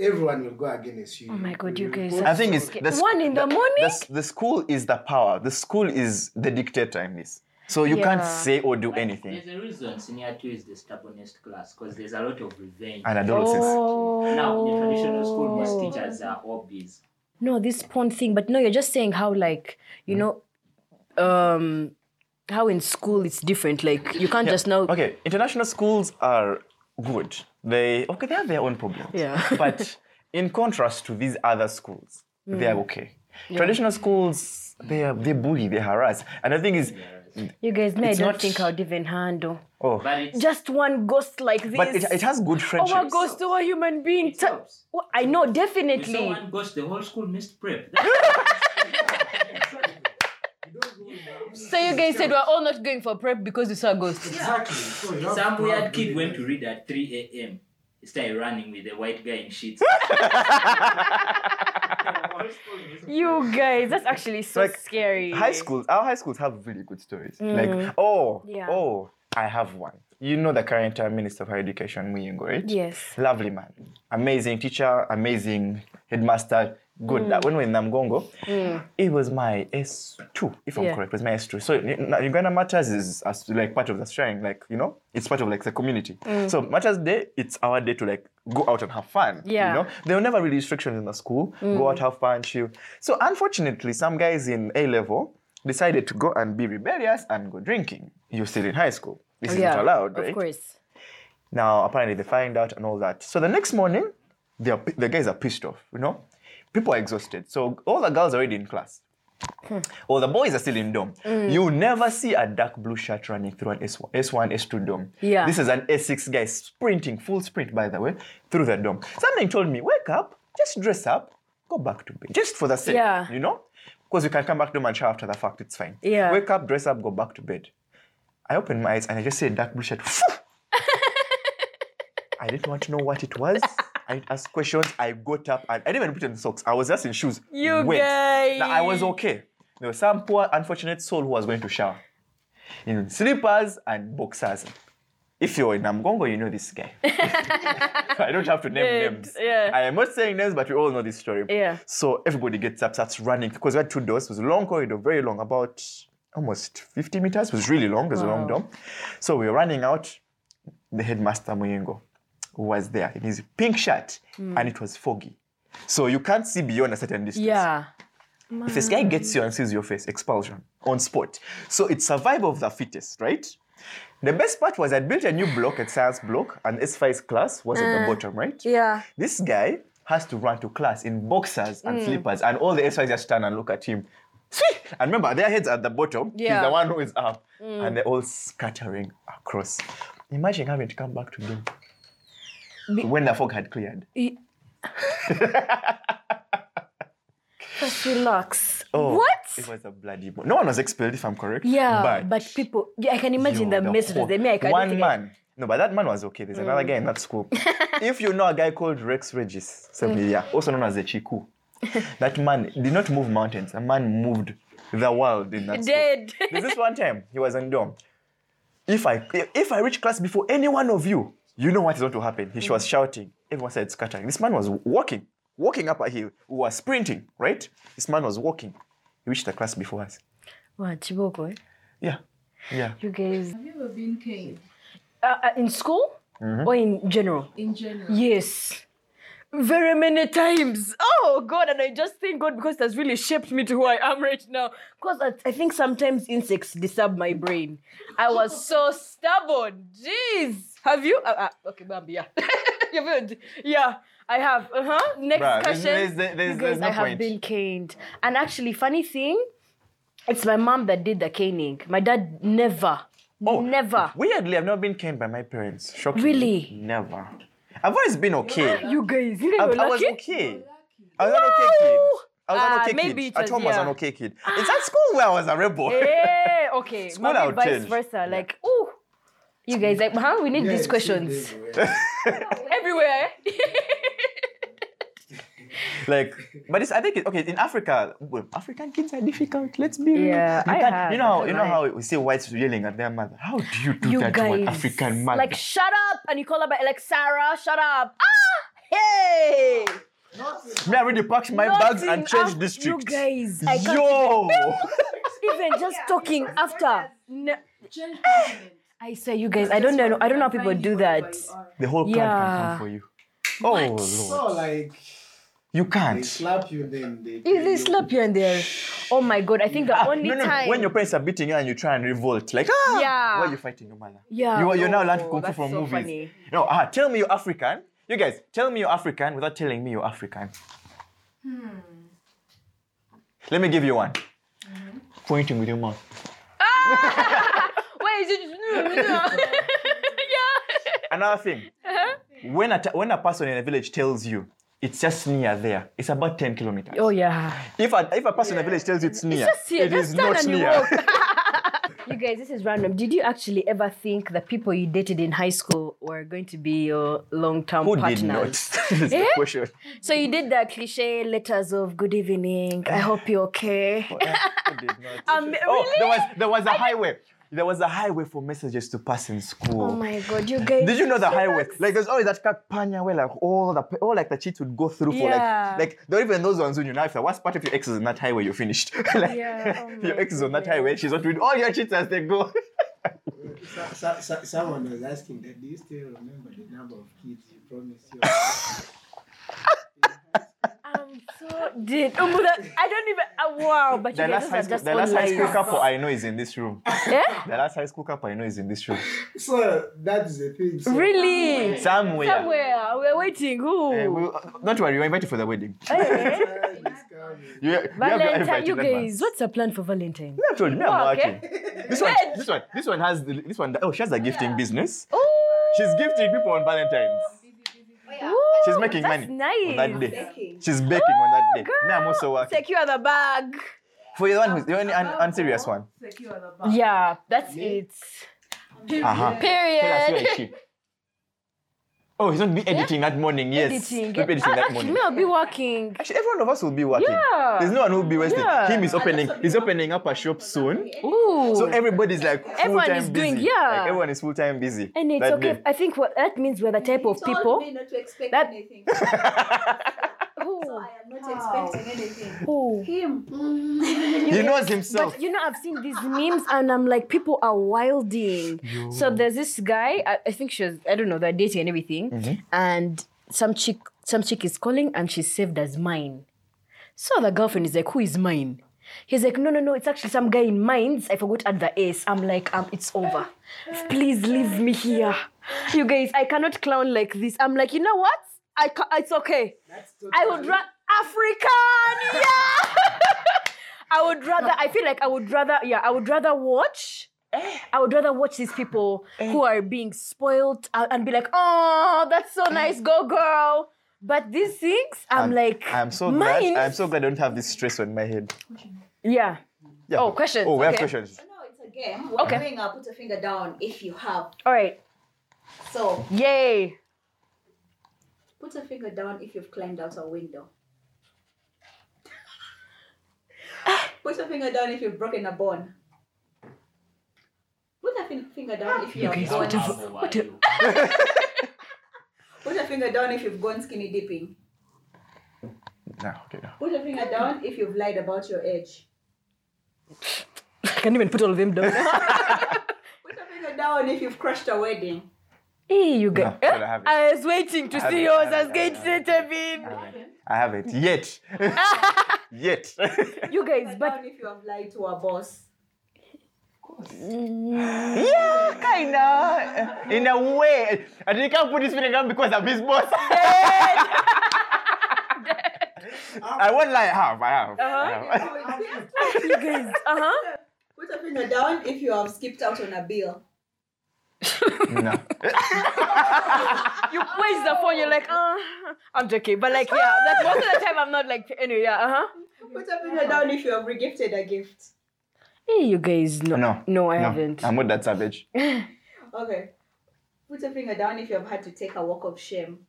Speaker 4: everyone will go against you.
Speaker 2: Oh my God, you guys
Speaker 4: report
Speaker 2: are
Speaker 3: I think it's
Speaker 2: Okay,
Speaker 3: the sc-
Speaker 2: one in the morning?
Speaker 3: The, s- the school is the power. The school is the dictator in this. So you can't
Speaker 2: Yeah.
Speaker 3: say or do
Speaker 6: There's
Speaker 3: anything.
Speaker 6: a reason senior two is the stubbornest class because there's a lot of revenge.
Speaker 3: And adolescence.
Speaker 2: Oh.
Speaker 6: Now in a traditional school, most teachers are obvious.
Speaker 2: No, this porn thing, but no, you're just saying how like you
Speaker 3: Hmm.
Speaker 2: know, um, how in school it's different. Like you can't just now.
Speaker 3: Okay, international schools are good. They okay, they have their own problems.
Speaker 2: Yeah.
Speaker 3: but in contrast to these other schools, they
Speaker 2: Mm.
Speaker 3: are okay. Traditional schools, they are, they bully, they harass, and the thing is,
Speaker 2: You guys, me, I
Speaker 3: It's
Speaker 2: don't
Speaker 3: not-
Speaker 2: think I'd even handle
Speaker 3: oh,
Speaker 6: But it's
Speaker 2: just one ghost like this.
Speaker 3: but it, it has good
Speaker 2: Our
Speaker 3: friendships.
Speaker 2: ghost, our human being.
Speaker 6: It helps.
Speaker 2: Well, I know
Speaker 6: if
Speaker 2: definitely.
Speaker 6: someone goes, the whole school missed prep. That's
Speaker 2: So you guys said we're all not going for prep because we saw ghosts.
Speaker 4: Exactly. So you have
Speaker 6: Some
Speaker 4: to
Speaker 6: weird
Speaker 4: have
Speaker 6: kid
Speaker 4: good
Speaker 6: went to
Speaker 4: evidence.
Speaker 6: read at 3 a.m. He started running with a white guy in sheets.
Speaker 2: You guys, that's actually so
Speaker 3: Like,
Speaker 2: scary.
Speaker 3: High schools, our high schools have really good stories. Like, oh,
Speaker 2: Yeah.
Speaker 3: oh, I have one. You know the current uh, Minister of Higher Education, Muyingo, right?
Speaker 2: Yes.
Speaker 3: Lovely man. Amazing teacher, amazing headmaster,
Speaker 2: Mm.
Speaker 3: good that when we were in Namgongo, it was my S2, if I'm
Speaker 2: Yeah.
Speaker 3: correct. It was my S2. So you know, Uganda Matters is as, like part of the shrine, like, you know, it's part of like the community.
Speaker 2: Mm.
Speaker 3: So Matters Day, it's our day to like go out and have fun.
Speaker 2: Yeah. Mm.
Speaker 3: You know, there were never really restrictions in the school. Go out, have fun, chill. So unfortunately, some guys in A level decided to go and be rebellious and go drinking. You're still in high school. This is not allowed, right?
Speaker 2: Of course.
Speaker 3: Now, apparently, they find out and all that. So the next morning, they are, pi- the guys are pissed off, you know? People are exhausted. So all the girls are already in class.
Speaker 2: Hmm.
Speaker 3: All the boys are still in dorm.
Speaker 2: Mm.
Speaker 3: You never see a dark blue shirt running through an S1, S1 S2 dorm.
Speaker 2: Yeah.
Speaker 3: This is an S6 guy sprinting, full sprint, by the way, through the dorm. Something told me, wake up, just dress up, go back to bed. Just for the sake,
Speaker 2: Yeah.
Speaker 3: you know? Because you can come back to dorm and shower after the fact, it's fine.
Speaker 2: Yeah.
Speaker 3: Wake up, dress up, go back to bed. I opened my eyes and I just see a dark blue shirt. I didn't want to know what it was. I didn't ask questions. I got up and I didn't even put on socks. I was just in shoes.
Speaker 2: You
Speaker 3: Went. Now, I was
Speaker 2: guys.
Speaker 3: okay. There was some poor, unfortunate soul who was going to shower in slippers and boxers. If you're in Namgongo, you know this guy. I don't have to name
Speaker 2: Yeah,
Speaker 3: names.
Speaker 2: yeah.
Speaker 3: I am not saying names, but we all know this story.
Speaker 2: Yeah.
Speaker 3: So everybody gets up, starts running because we had two doors. It was a long corridor, very long, about almost 50 meters. It was really long. It was a long dorm. So we were running out. The headmaster Muyengo was there in his pink shirt,
Speaker 2: Hmm.
Speaker 3: and it was foggy. So you can't see beyond a certain distance.
Speaker 2: Yeah.
Speaker 3: If this guy gets you and sees your face, expulsion on spot. So it's survival of the fittest, right? The best part was I built a new block, a science block, and S5's class was at the bottom, right?
Speaker 2: Mm. Yeah.
Speaker 3: This guy has to run to class in boxers
Speaker 2: Mm.
Speaker 3: and slippers, and all the S5s just stand and look at him. See? And remember, their heads are at the bottom. He's
Speaker 2: Yeah. Mm.
Speaker 3: the one who is up, and they're all scattering across. Imagine having to come back to them
Speaker 2: Be-
Speaker 3: when the fog had cleared.
Speaker 2: Y- Just relax.
Speaker 3: Oh,
Speaker 2: what?
Speaker 3: It was a bloody. mo- No one was expelled, if I'm correct.
Speaker 2: yeah,
Speaker 3: but,
Speaker 2: but, people, yeah, I can imagine
Speaker 3: Yo,
Speaker 2: the
Speaker 3: the
Speaker 2: messages
Speaker 3: whole-
Speaker 2: they make. I don't
Speaker 3: One
Speaker 2: think I- Mm.
Speaker 3: man. No, but that man was okay. There's another guy in that school. if you know a guy called Rex Regis,
Speaker 2: Mm.
Speaker 3: Semilia, also known as the Chiku, that man did not move mountains. A man moved the world in that school.
Speaker 2: Dead.
Speaker 3: There's this one time he was on dorm. If I if I reach class before any one of you, you know what is going to happen. He
Speaker 2: Mm.
Speaker 3: was shouting. Everyone said scattering. This man was walking, walking up a hill. We were sprinting, right? This man was walking. He reached the class before us.
Speaker 2: Wow, Chiboko, eh?
Speaker 3: Yeah. Yeah.
Speaker 2: you guys.
Speaker 5: Have you ever been cane
Speaker 2: Uh, uh, in school
Speaker 3: Mm-hmm.
Speaker 2: or in general?
Speaker 5: in general?
Speaker 2: Yes. Very many times. Oh God, and I just thank God because it has really shaped me to who I am right now. Because I, I think sometimes insects disturb my brain. I was so stubborn. Jeez. Have you? Uh, uh, okay, Bambi, yeah. You've heard. Yeah, I have. Uh-huh. Next
Speaker 3: Bruh, there's-
Speaker 2: question.
Speaker 3: there's- there's-
Speaker 2: You
Speaker 3: there's
Speaker 2: guys,
Speaker 3: no
Speaker 2: I have
Speaker 3: point.
Speaker 2: been caned. And actually, funny thing, it's my mom that did the caning. My dad never.
Speaker 3: Oh,
Speaker 2: never.
Speaker 3: Weirdly, I've never been caned by my parents. Shocking.
Speaker 2: Really?
Speaker 3: Never. I've always been okay.
Speaker 2: You guys, you guys
Speaker 3: I,
Speaker 2: were
Speaker 3: I was
Speaker 2: lucky.
Speaker 3: okay. I was an okay kid. I was an
Speaker 2: Ah,
Speaker 3: okay
Speaker 2: maybe
Speaker 3: kid.
Speaker 2: it
Speaker 3: At
Speaker 2: was-
Speaker 3: home, I was an
Speaker 2: yeah.
Speaker 3: okay kid. It's at school where I was a rebel.
Speaker 2: Eh, okay.
Speaker 3: School
Speaker 2: Maybe
Speaker 3: out
Speaker 2: vice
Speaker 3: change.
Speaker 2: versa. Like, ooh, you guys, like, how we need
Speaker 4: Yeah,
Speaker 2: these
Speaker 4: it's
Speaker 2: questions
Speaker 4: everywhere.
Speaker 2: everywhere. eh?
Speaker 3: like, but it's, I think, it, okay, in Africa, well, African kids are difficult. Let's be real.
Speaker 2: Yeah,
Speaker 3: you
Speaker 2: I
Speaker 3: can't-
Speaker 2: have,
Speaker 3: You
Speaker 2: I
Speaker 3: know,
Speaker 2: don't
Speaker 3: you know
Speaker 2: lie.
Speaker 3: how we see whites yelling at their mother. How do you do
Speaker 2: you
Speaker 3: that to
Speaker 2: guys,
Speaker 3: an African mother?
Speaker 2: like, shut up, and you call her by like Sarah, shut up. Ah, hey.
Speaker 3: Me, I already packed my
Speaker 2: Not
Speaker 3: bags
Speaker 2: in
Speaker 3: and changed
Speaker 2: Af-
Speaker 3: districts.
Speaker 2: You guys, I can't
Speaker 3: Yo!
Speaker 2: even just talking after. Ne-
Speaker 5: Gentlemen.
Speaker 2: I say, you guys, I don't know. I don't know how people do that.
Speaker 3: the whole crowd can
Speaker 2: Yeah.
Speaker 3: come for you. Oh, Lord.
Speaker 4: So like
Speaker 3: You
Speaker 4: they
Speaker 3: can't.
Speaker 4: slap you, then they.
Speaker 2: Is they slap you and there? Oh my god! I think the
Speaker 3: Ah,
Speaker 2: only
Speaker 3: no, no,
Speaker 2: time
Speaker 3: when your parents are beating you and you try and revolt, like, ah,
Speaker 2: Yeah.
Speaker 3: why are you fighting your mother?
Speaker 2: Yeah.
Speaker 3: You are, you're now
Speaker 2: Oh,
Speaker 3: learning kung fu
Speaker 2: that's
Speaker 3: from
Speaker 2: so
Speaker 3: movies.
Speaker 2: funny.
Speaker 3: No, ah, tell me you're African. You guys, tell me you're African without telling me you're African. Hmm. Let me give you one. Mm-hmm. Pointing with your mouth.
Speaker 2: Wait, is it? yeah.
Speaker 3: Another thing. When, a t- when a person in a village tells you, it's just near there. It's about 10 kilometers.
Speaker 2: Oh yeah.
Speaker 3: If a, if a person in a village tells you it's near,
Speaker 2: just here,
Speaker 3: it
Speaker 2: just
Speaker 3: is
Speaker 2: turn
Speaker 3: not
Speaker 2: and you
Speaker 3: near.
Speaker 2: You guys, this is random. Did you actually ever think the people you dated in high school were going to be your long-term
Speaker 3: Who
Speaker 2: partners?
Speaker 3: did not? is the
Speaker 2: Eh?
Speaker 3: question.
Speaker 2: So you did the cliche letters of good evening. I hope you're okay.
Speaker 3: Who did not?
Speaker 2: Um,
Speaker 3: Oh,
Speaker 2: really?
Speaker 3: there was there was a highway. there was a highway for messages to pass in school.
Speaker 7: Oh my god, you guys.
Speaker 3: Did you know the highway? Like there's always that kakpanya where like all the all like the cheats would go through for
Speaker 2: Yeah.
Speaker 3: like like not even those ones when you know if the worst part of your ex is on that highway, you're finished. like
Speaker 7: Yeah, oh
Speaker 3: your
Speaker 7: my
Speaker 3: ex is on that highway, she's not doing all your cheats as they go.
Speaker 4: So, so, so, someone was asking that. Do you still remember the number of kids you promised your?
Speaker 2: I'm so dead. Oh, but that- I don't even. ah, wow, but you
Speaker 3: The
Speaker 2: guys
Speaker 3: last high
Speaker 2: are
Speaker 3: school,
Speaker 2: just
Speaker 3: the last high school
Speaker 2: online.
Speaker 3: couple I know is in this room.
Speaker 2: Yeah?
Speaker 3: The last high school couple I know is in this room.
Speaker 4: so that's the thing. So,
Speaker 2: Really?
Speaker 3: Somewhere.
Speaker 2: Somewhere. We're waiting. Who?
Speaker 3: Eh, we- uh, don't worry, you're invited for the wedding.
Speaker 2: Eh?
Speaker 4: Time is coming.
Speaker 3: You, you have your
Speaker 2: Valentine,
Speaker 3: invite,
Speaker 2: you
Speaker 3: remember?
Speaker 2: guys, what's the plan for Valentine?
Speaker 3: I told you, me, I'm
Speaker 2: Okay.
Speaker 3: working. This one, this one, this one has the, this one. Oh, she has a gifting business.
Speaker 2: Oh,
Speaker 3: She's gifting people on Valentine's. She's making
Speaker 2: that's
Speaker 3: money
Speaker 2: Nice.
Speaker 3: on that day.
Speaker 1: Baking.
Speaker 3: She's baking on that day.
Speaker 2: Girl,
Speaker 3: Me, I'm also working.
Speaker 2: Secure the bag.
Speaker 3: For the one who's the only un-
Speaker 5: Above
Speaker 3: unserious
Speaker 5: all,
Speaker 3: one.
Speaker 5: Secure the bag.
Speaker 2: Yeah, that's it.
Speaker 3: Uh-huh. Tell us where
Speaker 7: Period.
Speaker 3: is she? Oh, he's not be editing that morning. Yes,
Speaker 2: Editing.
Speaker 3: He'll be editing
Speaker 2: Ah,
Speaker 3: that
Speaker 2: actually,
Speaker 3: morning.
Speaker 2: me, I'll be working.
Speaker 3: Actually, every one of us will be working.
Speaker 2: Yeah.
Speaker 3: There's no one who'll be wasting.
Speaker 2: Yeah.
Speaker 3: Him is opening. He's opening up a shop soon.
Speaker 2: Ooh.
Speaker 3: So eh, everybody's like full
Speaker 2: Everyone
Speaker 3: time
Speaker 2: is
Speaker 3: busy.
Speaker 2: doing- yeah.
Speaker 3: Like everyone is full time busy.
Speaker 2: and it's
Speaker 3: that
Speaker 2: okay.
Speaker 3: day.
Speaker 2: I think what that means we're the type
Speaker 1: You
Speaker 2: of
Speaker 1: told
Speaker 2: people
Speaker 1: me not to expect
Speaker 2: that-
Speaker 1: anything. So
Speaker 2: who,
Speaker 1: I am not expecting anything.
Speaker 2: who.
Speaker 1: Him.
Speaker 3: He knows himself.
Speaker 2: But you know, I've seen these memes, and I'm like, people are wilding. So there's this guy. I, I think she was. I don't know. They're dating and everything. And some chick, some chick is calling, and she's saved as mine. So the girlfriend is like, "Who is mine?" He's like, "No, no, no. It's actually some guy in mines. I forgot at the S." I'm like, "Um, it's over. Please leave me here, you guys. I cannot clown like this." I'm like, "You know what? I ca- it's okay."
Speaker 4: That's totally-
Speaker 2: I would rather African, yeah. I would rather. I feel like I would rather. Yeah, I would rather watch. I would rather watch these people who are being spoiled uh, and be like, "Oh, that's so nice, go girl." But these things, I'm, like,
Speaker 3: I'm so glad.
Speaker 2: mine-
Speaker 3: I'm so glad I don't have this stress on my head.
Speaker 2: yeah.
Speaker 3: Yeah.
Speaker 2: Oh, questions,
Speaker 3: Oh, we have
Speaker 2: okay.
Speaker 3: questions.
Speaker 1: No, it's a game. We're
Speaker 2: Okay.
Speaker 1: doing a put a finger down if you have.
Speaker 2: All right.
Speaker 1: So
Speaker 2: Yay.
Speaker 1: put a finger down if you've climbed out a window. Put a finger down if you've broken a bone. Put a fin- finger down if you're
Speaker 2: guys,
Speaker 1: gone.
Speaker 2: what the-
Speaker 6: What you?
Speaker 1: Put a finger down if you've gone skinny dipping.
Speaker 3: No, okay, no.
Speaker 1: Put a finger down if you've lied about your age.
Speaker 2: I can't even put all of them down.
Speaker 1: Put a finger down if you've crashed a wedding.
Speaker 2: hey, you
Speaker 3: No,
Speaker 2: guys.
Speaker 3: I don't have it.
Speaker 2: I was waiting to
Speaker 3: have
Speaker 2: see
Speaker 3: it,
Speaker 2: yours.
Speaker 3: I
Speaker 2: I was
Speaker 3: have
Speaker 2: going
Speaker 3: it,
Speaker 2: to
Speaker 3: I
Speaker 2: say,
Speaker 3: have
Speaker 2: David.
Speaker 3: I haven't yet. yet.
Speaker 2: You guys,
Speaker 1: Finger
Speaker 2: but
Speaker 1: down if you have lied to a boss.
Speaker 3: yeah, kinda. In a way. And he can't put his finger down because I'm his boss. I won't lie, I have, I have.
Speaker 2: Uh-huh.
Speaker 3: I have.
Speaker 2: you guys, uh huh.
Speaker 1: Put a finger down if you have skipped out on a bill.
Speaker 3: no.
Speaker 2: you waste the phone. You're like, uh, I'm joking, but like, yeah, like most of the time I'm not like, anyway, yeah, uh huh.
Speaker 1: Put a finger down if you have regifted a gift.
Speaker 2: Hey, you guys, no,
Speaker 3: No.
Speaker 2: no, I
Speaker 3: No,
Speaker 2: haven't.
Speaker 3: I'm not that savage.
Speaker 1: Okay. Put a finger down if you have had to take a walk of shame.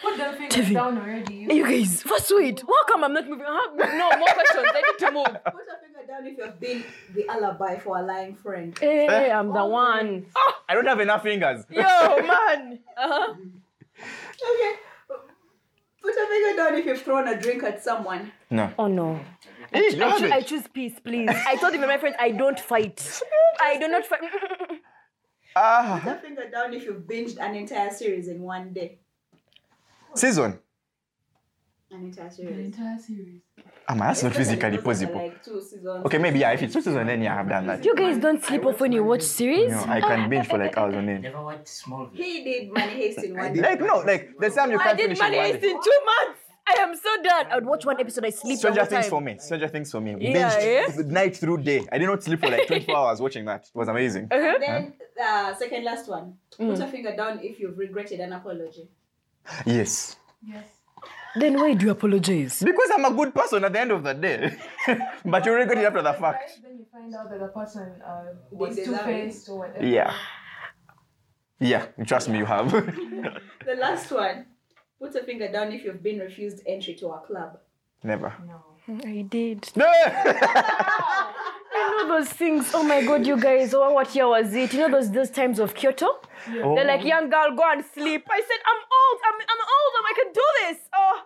Speaker 5: Put the fingers down already. You
Speaker 2: Hey, you guys, first wait, how come I'm not moving? Uh-huh. No, more questions. I need to move.
Speaker 1: Put a finger down if you have been the alibi for a lying friend.
Speaker 2: Hey, I'm the one.
Speaker 3: I don't have enough fingers.
Speaker 2: Oh, Yo, man. Uh huh.
Speaker 1: Okay. Put a finger down if you've thrown a drink at someone.
Speaker 3: No.
Speaker 2: Oh no.
Speaker 3: Hey, you
Speaker 2: I,
Speaker 3: have
Speaker 2: choo- I
Speaker 3: it.
Speaker 2: choose peace, please. I told even my friends I don't fight. I do not fight.
Speaker 3: Ah,
Speaker 1: Put a finger down if you've binged an entire series in one day.
Speaker 3: season.
Speaker 1: An entire
Speaker 5: The
Speaker 1: series.
Speaker 5: entire series.
Speaker 3: Ah, man, that's not physically
Speaker 1: Those are
Speaker 3: possible.
Speaker 1: Like two seasons.
Speaker 3: Okay, maybe yeah, if it's two season, then yeah, I've done that.
Speaker 2: You guys don't sleep off when you watch series.
Speaker 3: No, I can binge for like hours on end.
Speaker 6: Never watched small.
Speaker 1: He did money haste in one day.
Speaker 3: Like no, like there's time you
Speaker 2: I
Speaker 3: can't
Speaker 2: did
Speaker 3: finish in one
Speaker 2: manage
Speaker 3: day.
Speaker 2: in two months. I am so done. I would watch one episode. I sleep. the
Speaker 3: Stranger
Speaker 2: whole
Speaker 3: Things
Speaker 2: time.
Speaker 3: for me. Stranger Things for me.
Speaker 2: Yeah,
Speaker 3: Binged night through day. I did not sleep for like 24 hours watching that. It was amazing.
Speaker 2: Uh-huh.
Speaker 1: Then, uh, second last one.
Speaker 5: Mm.
Speaker 1: Put a finger down if you've regretted an apology.
Speaker 3: Yes.
Speaker 5: Yes.
Speaker 2: Then why do you apologize?
Speaker 3: Because I'm a good person at the end of the day. but you regret it after the fact.
Speaker 5: Then you find out that the person uh, was
Speaker 1: They
Speaker 5: two
Speaker 1: deserve it.
Speaker 5: faced or whatever.
Speaker 3: Yeah. Yeah, trust me, you have.
Speaker 1: The last one. Put a finger down if you've been refused entry to a club.
Speaker 3: Never.
Speaker 5: No.
Speaker 3: Mm,
Speaker 2: I did.
Speaker 3: No!
Speaker 2: I know those things. Oh my god, you guys. Oh, what year was it? You know those those times of Kyoto? They're like, young girl, go and sleep. I said, I'm old. I'm, I'm old. I'm- I can do this. Oh,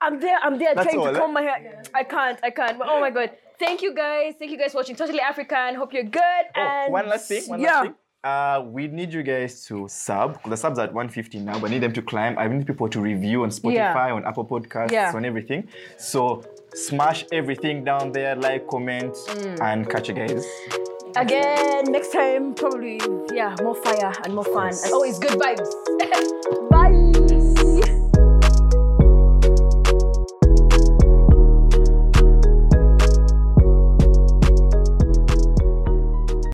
Speaker 2: I'm there. I'm there
Speaker 3: That's
Speaker 2: trying
Speaker 3: all,
Speaker 2: to
Speaker 3: eh?
Speaker 2: comb my hair. I can't. I can't. But oh my god. Thank you guys. Thank you guys for watching Totally African. Hope you're good.
Speaker 3: Oh,
Speaker 2: and
Speaker 3: one last thing. One
Speaker 2: yeah.
Speaker 3: last thing. Uh, we need you guys to sub. The subs are at 150 now, but I need them to climb. I need people to review on Spotify, on Apple Podcasts,
Speaker 2: Yeah.
Speaker 3: on everything. So smash everything down there, like, comment,
Speaker 2: Mm.
Speaker 3: and catch you guys.
Speaker 2: Again, next time probably yeah, more fire and more fun and always good vibes. Bye.